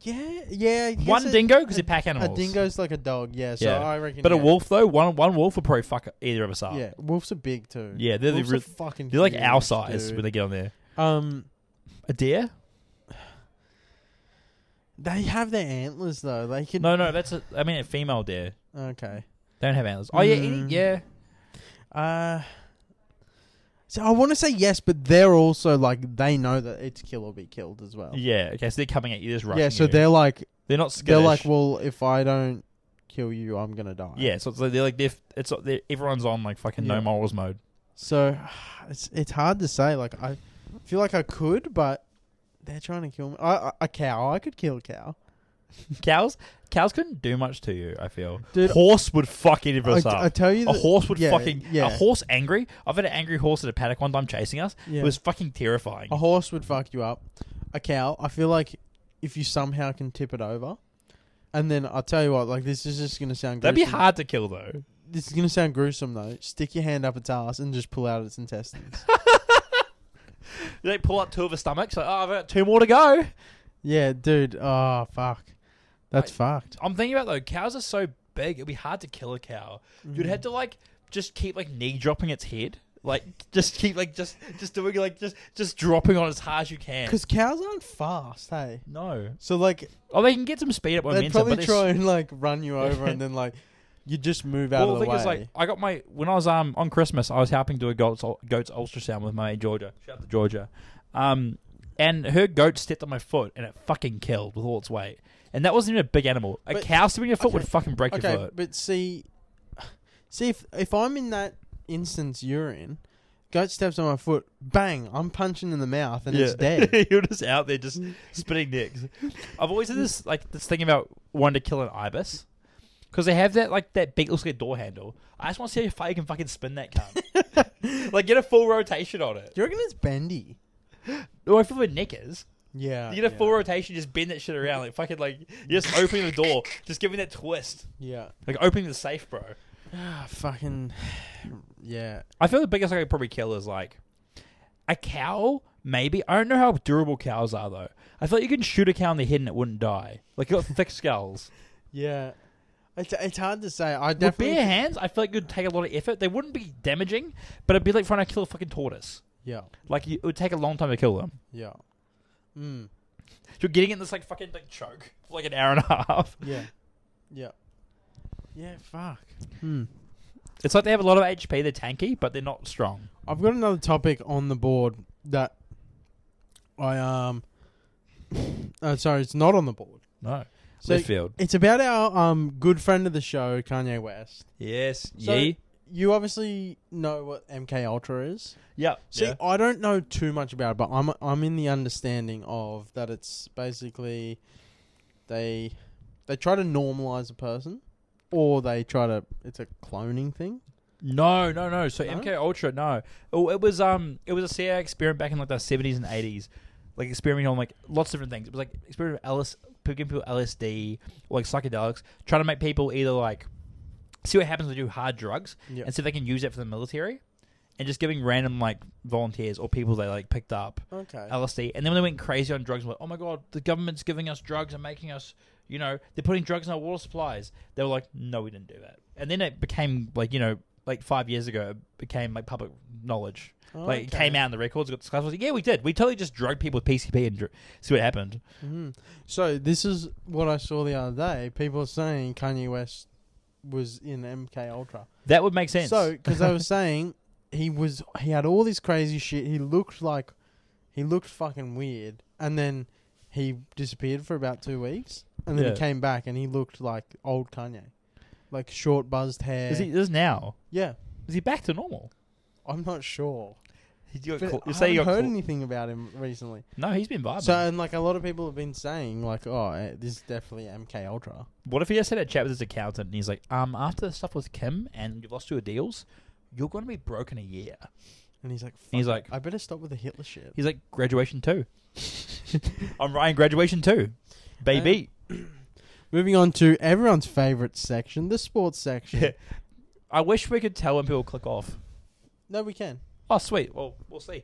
Yeah, yeah. I guess
One
a-
dingo because
a-
they pack
A
animals.
dingo's like a dog. Yeah, so
Yeah.
I reckon.
but a
yeah.
wolf though, one one wolf would probably fuck either of us up.
Yeah, wolves are big too.
Yeah, they're the
wolves
real-
are fucking.
they're like our
huge,
size
dude.
when they get on there.
um,
A deer?
they have their antlers though. They can.
No, no, that's a. I mean, a female deer.
Okay.
They don't have antlers. Oh yeah,
Mm.
any, yeah.
Uh. So I want to say yes, but they're also like they know that it's kill or be killed as well.
Yeah. Okay, so they're coming at you. They're just rushing.
Oh. Yeah, so
you.
they're like
they're not skittish.
they're like, well, if I don't kill you, I'm gonna die.
yeah. So it's like they're like they're, it's like they're, everyone's on like fucking
Yeah.
no morals mode.
So *sighs* it's it's hard to say. Like I feel like I could, but they're trying to kill me. I, I, a cow, I could kill a cow.
Cows, cows couldn't do much to you. I feel.
Dude,
horse would fuck either of
I,
us up.
I tell you,
a
that,
horse would
yeah,
fucking
yeah.
a horse angry. I've had an angry horse at a paddock one time chasing us.
yeah. Oh,
It was fucking terrifying.
a horse would fuck you up. A cow, I feel like if you somehow can tip it over, and then I tell you what, like this is just gonna sound
That'd be
gruesome.
hard to kill though.
This is gonna sound gruesome though. Stick your hand up its ass and just pull out its
*laughs*
intestines.
They pull out two of her stomachs. Like, oh, I've got two more to go.
yeah, dude. Oh fuck, that's fucked.
I'm thinking about though. Cows are so big. It'd be hard to kill a cow. You'd have to like just keep like knee dropping its head. Like just keep like just just doing like just just dropping on as hard as you can.
because Mm. cows aren't fast, hey.
No.
So like
Oh, they can get some speed up
They'd
momentum,
probably
but
try and like run you over
*laughs*
and then like you just move out
Well,
of the
the thing
way.
is, like, I got my when I was um on Christmas, I was helping do a goat's ul- goat's ultrasound with my mate Georgia. Shout out to Georgia, um, and her goat stepped on my foot and it fucking killed with all its weight. And that wasn't even a big animal. A
But-
cow stepping on your foot would
okay,
fucking break your
okay,
foot.
but see, see if if I'm in that instance you're in, goat steps on my foot, bang! I'm punching in the mouth and it's
*laughs*
dead. Mm.
You're just out there just spitting dicks. I've always had this like this thing about wanting to kill an ibis because they have that like that big looks like a door handle. I just want to see how far you can fucking spin that
*laughs*
cunt. like get a full rotation on it.
Do you reckon it's bendy?
Or if it were knickers.
Yeah,
You get a
yeah.
full rotation, just bend that shit around, like fucking like you're just opening the door, just giving that twist, *sighs*
Yeah,
like opening the safe, bro.
ah,
*sighs*
fucking yeah.
I feel the biggest I could probably kill is like a cow. Maybe I don't know how durable cows are though. I feel like you can shoot a cow in the head and it wouldn't die. Like you got thick
*laughs*
skulls.
Yeah, it's it's hard to say. I
With
definitely
bare hands, I feel like it would take a lot of effort. They wouldn't be damaging, but it'd be like trying to kill a fucking tortoise.
yeah
Like you- it would take a long time to kill them.
yeah. Mm.
You're getting in this like fucking like choke for like an hour and a *laughs* half.
Yeah, yeah, yeah. Fuck. Hmm.
It's like they have a lot of HP. They're tanky, but they're not strong.
I've got another topic on the board that I um *coughs* uh, sorry, it's not on the board.
No,
So
left field.
it's about our um good friend of the show, Kanye West.
Yes.
So-
Yee.
You obviously know what MK Ultra is.
Yeah.
See, I don't know too much about it, but I'm I'm in the understanding of that it's basically they they try to normalize a person or they try to it's a cloning thing.
No, no, no. So
No?
MK Ultra, no. Oh, it was um, it was a CIA experiment back in like the seventies and eighties, like experimenting on like lots of different things. It was like experiment with LS, giving people LSD or like psychedelics, trying to make people either like see what happens when you do hard drugs
Yeah.
and see if they can use that for the military, and just giving random like volunteers or people they like picked up
Okay.
LSD, and then when they went crazy on drugs, like, oh my god, the government's giving us drugs and making us, you know, they're putting drugs in our water supplies. They were like, no, we didn't do that. And then it became like, you know, like five years ago, it became like public knowledge. Like it came out in the records, got discussed. I was like, yeah, we did. We totally just drugged people with PCP and dr- see what happened.
hmm So this is what I saw the other day. People are saying Kanye West was in MK Ultra.
That would make sense.
So because they were saying he was, he had all this crazy shit. He looked like, he looked fucking weird, and then he disappeared for about two weeks, and then
Yeah.
he came back and he looked like old Kanye, like short buzzed hair.
*laughs* is he is now?
Yeah,
Is he back to normal?
I'm not sure.
You
But I haven't heard anything about him recently.
no, he's been vibing.
So and like a lot of people have been saying like, oh, eh, this is definitely MK Ultra.
What if he just had a chat with his accountant and he's like, um, after the stuff with Kim and you've lost your deals, you're going to be broke in a year.
And he's like, Fuck
And he's like,
I better stop with the Hitler shit.
he's like, graduation *laughs* too. I'm writing graduation too, baby.
Moving on to everyone's favorite section, the sports section.
I wish we could tell when people click off.
No, we can.
Oh, sweet. Well, we'll see.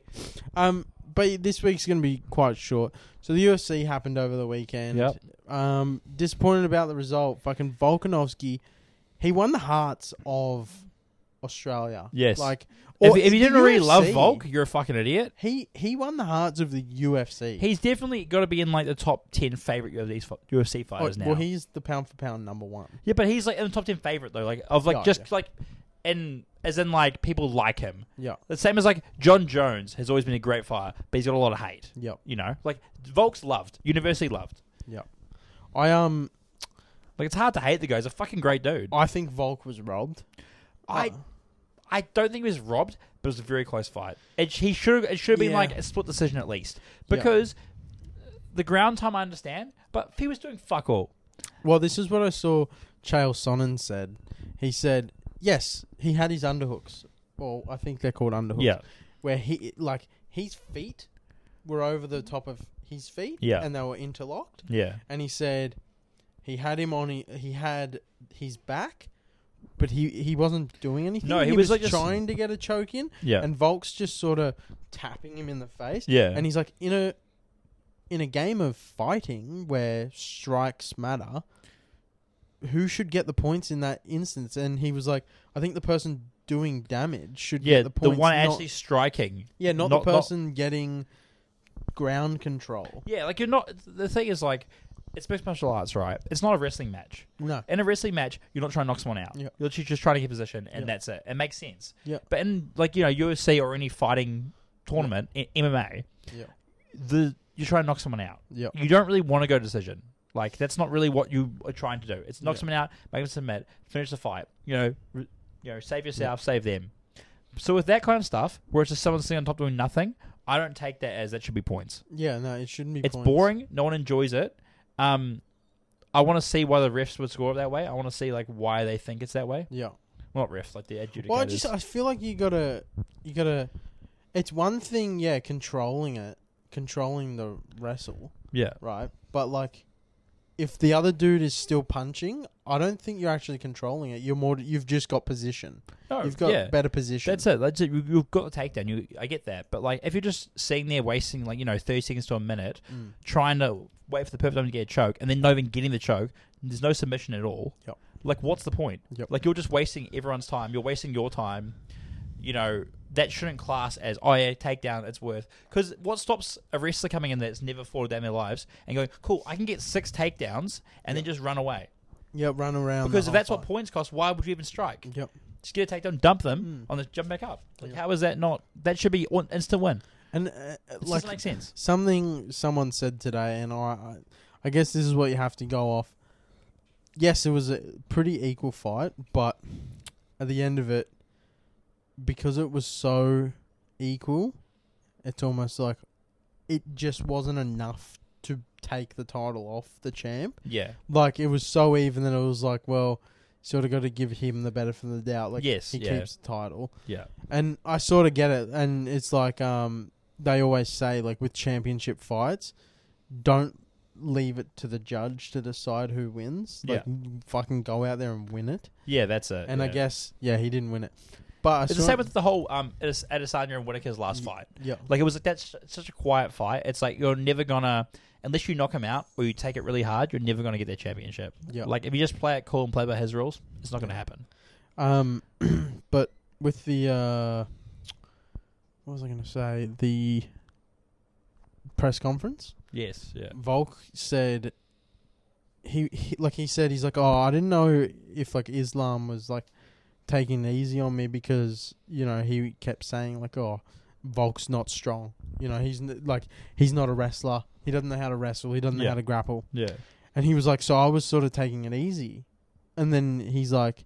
Um, but this week's going to be quite short. So the UFC happened over the weekend.
Yep.
Um, disappointed about the result. Fucking Volkanovski, he won the hearts of Australia.
Yes.
Like,
If,
or
if you
the
didn't really love
UFC,
Volk, you're a fucking idiot.
he he won the hearts of the UFC.
He's definitely got to be in like the top ten favorite UFC fi- UFC
Oh,
fighters now.
well, he's the pound for pound number one.
yeah, but he's like in the top ten favorite though. Like of like
Yeah,
just
yeah.
like and as in like people like him.
Yeah.
The same as like John Jones has always been a great fighter, but he's got a lot of hate.
Yep.
You know, like Volk's loved, universally loved.
I um
Like it's hard to hate the guy. He's a fucking great dude.
I think Volk was robbed.
I
Uh,
I don't think he was robbed, but it was a very close fight. It sh- he should it should have been
Yeah.
like a split decision at least
Yeah.
because the ground time I understand, but he was doing fuck all.
Well, this is what I saw Chael Sonnen said. He said, "Yes, he had his underhooks. Well, I think they're called underhooks. where he like his feet were over the top of his feet,
Yeah.
and they were interlocked.
yeah,
And he said he had him on. He had his back, but he he wasn't doing anything.
No, he was,
was,
like, just-
trying to get a choke in,
yeah,
and Volk's just sort of tapping him in the face.
yeah.
And he's like in a in a game of fighting where strikes matter, who should get the points in that instance? And he was like, I think the person doing damage should get
yeah, the,
the points.
one
not-
actually striking.
yeah, not,
not-
the
not-
person getting ground control.
Yeah, like you're not. The thing is, like, it's mixed martial arts, right? It's not a wrestling match.
No.
In a wrestling match, you're not trying to knock someone out.
Yeah.
You're literally just trying to get position, and
Yeah.
that's it. It makes sense.
Yeah.
But in like you know UFC or any fighting tournament, i MMA,
Yeah.
the you try and knock someone out.
Yeah.
You don't really want to go decision. Like that's not really what you are trying to do. It's knock
Yeah.
someone out, make them submit, finish the fight. You know, re- you know, save yourself, save them. So with that kind of stuff, where it's just someone sitting on top doing nothing, I don't take that as that should be points.
Yeah, no, it shouldn't be
It's
points.
boring. No one enjoys it. Um, I want to see why the refs would score it that way. I want to see like why they think it's that way.
Yeah.
Well, not refs, like the adjudicators.
Well, I just uh, I feel like you gotta you gotta it's one thing, yeah, controlling it controlling the wrestle.
yeah,
right? But like, if the other dude is still punching, I don't think you're actually controlling it. You're more, you've just got position.
no,
you've got
Oh, yeah.
better position.
That's it. That's it. You- You've got the takedown. You, I get that, but like if you're just sitting there wasting like you know thirty seconds to a minute
Mm.
trying to wait for the perfect time to get a choke, and then not even getting the choke, there's no submission at all.
Yep.
Like, what's the point?
Yep.
Like you're just wasting everyone's time. You're wasting your time. You know that shouldn't class as oh yeah takedown. It's worth because what stops a wrestler coming in that's never fought a day in their lives and going cool I can get six takedowns and then just run away
Yeah, run around the
because if
whole
that's what
fight.
points cost why would you even strike
Yep.
just get a takedown, dump them on the jump back up. Like,
Mm. Yeah.
how is that not? That should be on- instant win.
And uh,
It
like
doesn't
*laughs*
make sense.
something someone said today, and I, I, I guess this is what you have to go off. Yes, it was a pretty equal fight, but at the end of it, because it was so equal, it's almost like it just wasn't enough to take the title off the champ.
Yeah,
like it was so even that it was like, well, sort of got to give him the benefit of the doubt. Like
Yes,
he
yeah.
keeps the title,
yeah,
and I sort of get it. And it's like um, they always say, like with championship fights, don't leave it to the judge to decide who wins. Like fucking go out there and win it.
yeah. That's it.
And I
yeah.
guess yeah, he didn't win it, but I
it's the
saw-
same with the whole um Ades- Adesanya and Whitaker's last fight.
yeah.
Like it was like that's such a quiet fight. It's like you're never gonna unless you knock him out or you take it really hard. You're never gonna get their championship.
Yeah.
Like if you just play it cool and play by his rules, it's not gonna
Yeah.
happen.
Um, *clears throat* but with the uh, what was I going to say? The press conference.
Yes. Yeah.
Volk said he, he like he said he's like oh I didn't know if like Islam was like taking it easy on me because you know he kept saying like oh Volk's not strong you know he's n- like he's not a wrestler he doesn't know how to wrestle he doesn't know
Yeah.
how to grapple
Yeah.
and he was like so I was sort of taking it easy and then he's like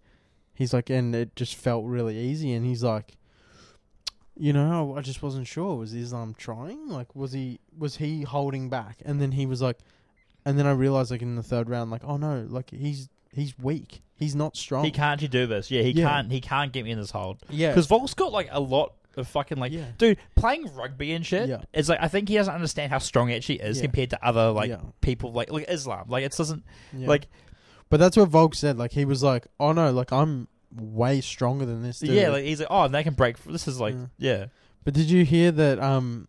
he's like and it just felt really easy and he's like you know I just wasn't sure was Islam trying like was he was he holding back and then he was like and then I realized like in the third round like oh no like he's he's weak he's not strong
He can't you do this? Yeah. He
Oh. Yeah.
can't. He can't get me in this hold.
yeah
Because Volk's got like a lot of fucking like,
Yeah.
dude, playing rugby and shit.
Yeah.
It's like I think he doesn't understand how strong it actually is
Yeah.
compared to other like
Yeah.
people like like Islam. Like it doesn't
yeah.
like
but that's what Volk said like he was like oh no like I'm way stronger than this. Dude.
Yeah, like he's like, oh, and they can break. This is like,
Yeah.
yeah,
but did you hear that? Um,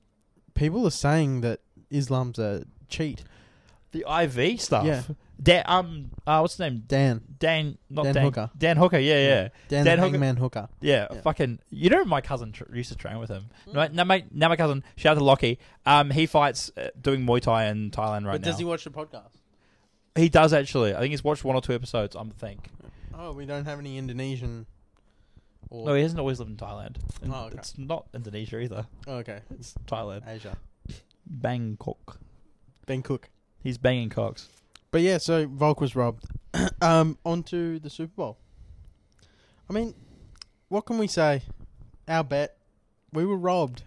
people are saying that Islam's a cheat.
the IV stuff.
Yeah.
Dan, um, uh, what's his name?
Dan,
Dan, not Dan,
Dan Hooker.
Dan Hooker. Yeah, yeah,
Dan,
Dan
the
Hooker-
Hangman Hooker.
yeah.
Yeah.
Fucking, you know, my cousin tr- used to train with him.
Mm.
No, now my now my cousin, shout out to Lockie. Um, he fights uh, doing Muay Thai in Thailand right
but
now.
does he watch the podcast?
He does actually. I think he's watched one or two episodes. I'm think.
Oh, we don't have any Indonesian. Or,
No, he hasn't always lived in Thailand. And
Oh, okay.
It's not Indonesia either.
oh, okay.
It's Thailand.
Asia,
Bangkok.
Ben Cook.
He's banging cocks.
But yeah, so Volk was robbed. *coughs* um, onto the Super Bowl. I mean, what can we say? Our bet, we were robbed.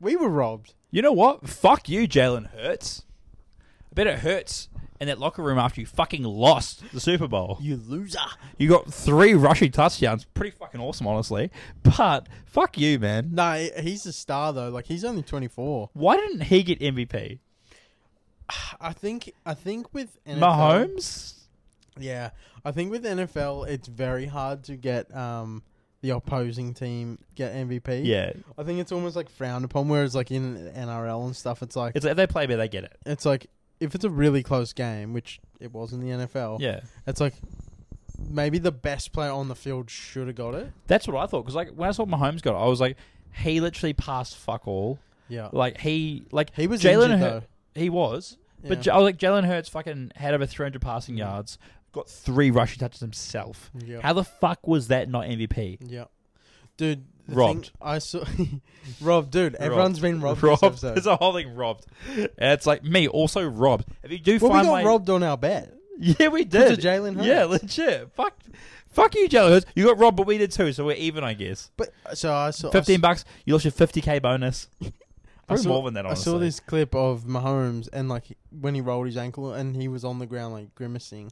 We were robbed.
You know what? Fuck you, Jalen Hurts. I bet it hurts in that locker room after you fucking lost the Super Bowl.
You loser.
You got three rushing touchdowns. Pretty fucking awesome, honestly. But fuck you, man.
No, he- he's a star though. Like he's only twenty four.
Why didn't he get MVP?
I think. I think with NFL,
Mahomes?
Yeah, I think with NFL, it's very hard to get um the opposing team get MVP.
Yeah.
I think it's almost like frowned upon. Whereas like in NRL and stuff, it's like
It's like if they play better, they get it.
it's like if it's a really close game, which it was in the NFL.
Yeah.
It's like maybe the best player on the field should have got it.
That's what I thought. Because like when I saw Mahomes got it, I was like, he literally passed fuck all.
Yeah.
Like he like
He was
Jalen
injured,
Hur-
though.
he was, but
Yeah.
J- I was like Jalen Hurts fucking had over 300 passing yards, got three rushing touches himself.
Yeah.
How the fuck was that not MVP?
yeah. Dude, the
Robbed.
thing I saw *laughs* Rob, dude, everyone's been
*laughs*
robbed, this
There's
episode.
a whole thing robbed. And it's like me also robbed. If you do
Well, we
find
got
my
robbed on our bet.
*laughs* yeah, we did.
of Jalen Hurts.
Yeah, legit. Fuck, fuck you, Jalen Hurts. You got robbed, but we did too, so we're even, I guess.
But uh, so I saw I
Fifteen bucks. You lost your fifty k bonus.
*laughs* I
Probably
saw-
more than that.
I
Honestly.
saw this clip of Mahomes and like when he rolled his ankle and he was on the ground like grimacing,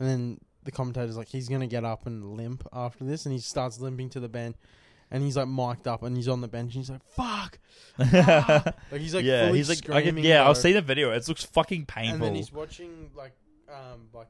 and then the commentator's like he's gonna get up and limp after this, and he starts limping to the bench, and he's like mic'd up and he's on the bench and he's like fuck,
*laughs*
ah." like he's like
yeah,
fully
he's like, I
screaming,
can, yeah, I've
bro.
seen the video. It looks fucking
and then
painful.
he's watching like um like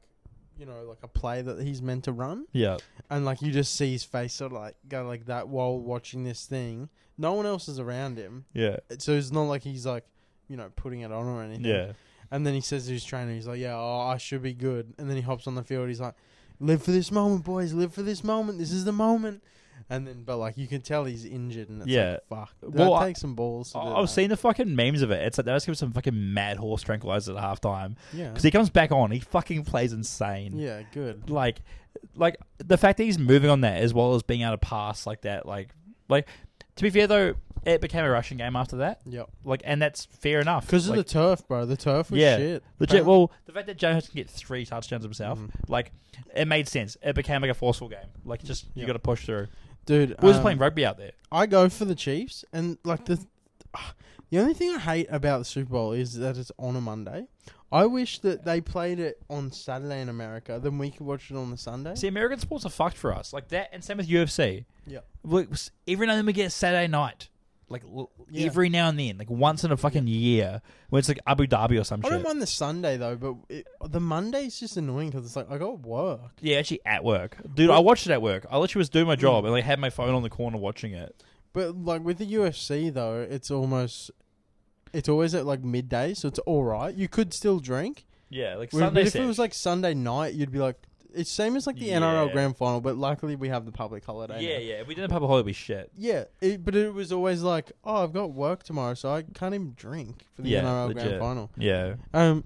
you know like a play that he's meant to run,
Yeah,
and like you just see his face sort of like go like that while watching this thing. No one else is around him,
yeah,
so it's not like he's like you know putting it on or anything.
yeah.
And then he says to his trainer, he's like, "Yeah, oh, I should be good." And then he hops on the field. He's like, "Live for this moment, boys. Live for this moment. This is the moment." And then, but like you can tell he's injured, and it's
Yeah.
like, "Fuck."
Well,
That
I-
takes some balls. To do
I- I've
that.
seen the fucking memes of it. It's like they must give him some fucking mad horse tranquilizer at halftime
Yeah.
because he comes back on. He fucking plays insane.
Yeah. Good.
Like, like the fact that he's moving on that as well as being able to pass like that. Like, like to be fair though, it became a rushing game after that.
Yep.
Like, and that's fair enough
Because
Like,
of the turf, bro. The turf was
Yeah.
shit.
legit.
Apparently-
Well, the fact that Jones can get three touchdowns himself,
Mm.
like, it made sense. It became like a forceful game. Like, just you
Yeah.
got to push through.
dude,
We were just
um,
playing rugby out there.
I go for the Chiefs, and like the the only thing I hate about the Super Bowl is that it's on a Monday. I wish that they played it on Saturday in America, then we could watch it on the Sunday.
See, American sports are fucked for us. Like that, and same with UFC.
Yeah.
Like, s- every now and then we get a Saturday night. Like l-
Yeah.
every now and then, like once in a fucking year, when it's like Abu Dhabi or some
I
shit.
don't mind the Sunday though, but it, the Monday's just annoying because it's like I got work.
Yeah, actually at work, dude. I watched it at work. I literally was doing my job and like had my phone on the corner watching it.
But like with the UFC though, it's almost it's always at like midday, so it's all right. You could still drink.
Yeah, like
Whereas
Sunday.
if it was like Sunday night, you'd be like, it's same as like the
Yeah.
NRL grand final, but luckily we have the public holiday.
yeah,
now.
yeah. If we didn't have a holiday, it'd be shit.
Yeah, it, but it was always like, oh, I've got work tomorrow, so I can't even drink for the
Yeah,
NRL
legit.
grand final.
Yeah,
Um,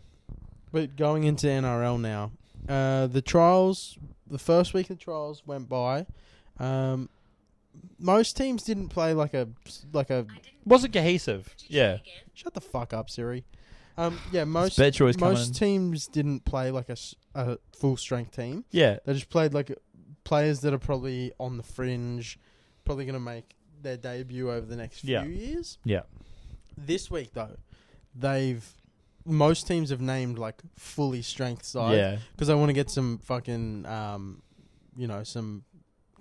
but going into NRL now, uh, the trials, the first week of trials went by. Um, most teams didn't play like a like a
wasn't cohesive. Yeah,
shut the fuck up, Siri. Um, yeah, most
bad choice coming.
most teams didn't play like a, s- a full strength team.
yeah,
They just played like players that are probably on the fringe, probably going to make their debut over the next few
Yeah.
years.
yeah.
This week though, they've most teams have named like fully strength sides
Yeah.
because I want to get some fucking um, you know, some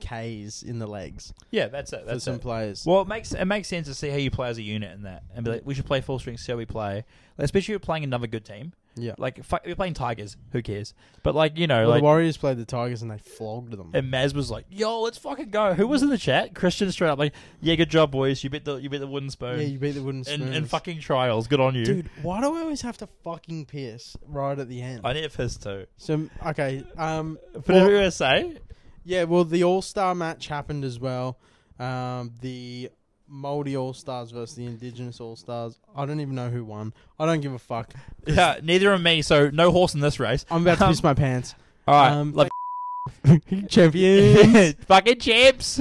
K's in the legs
Yeah, that's it.
for
That's
some
it.
players.
Well, it makes it makes sense to see how you play as a unit in that, and be like, we should play full strength, see how we play. Like, especially if you're playing another good team,
Yeah.
Like fuck, we're playing Tigers, who cares? But like you know,
Well,
like
the Warriors played the Tigers and they flogged them.
and Maz was like, "Yo, let's fucking go." Who was in the chat? Christian straight up like, "Yeah, good job, boys. You bit the you bit the wooden spoon."
yeah, you beat the wooden
and,
spoons.
and fucking trials. Good on you.
Dude, why do I always have to fucking piss right at the end?
I need a piss too.
so okay, um,
But
Well-
well, USA,
yeah. Well, the All Star match happened as well. Um, the Maori All Stars versus the Indigenous All Stars. I don't even know who won. I don't give a fuck.
yeah, neither of me. So no horse in this race.
I'm about to
Um, *laughs*
piss my pants.
All right,
um,
like,
Champions. *laughs*
*laughs* fucking champs.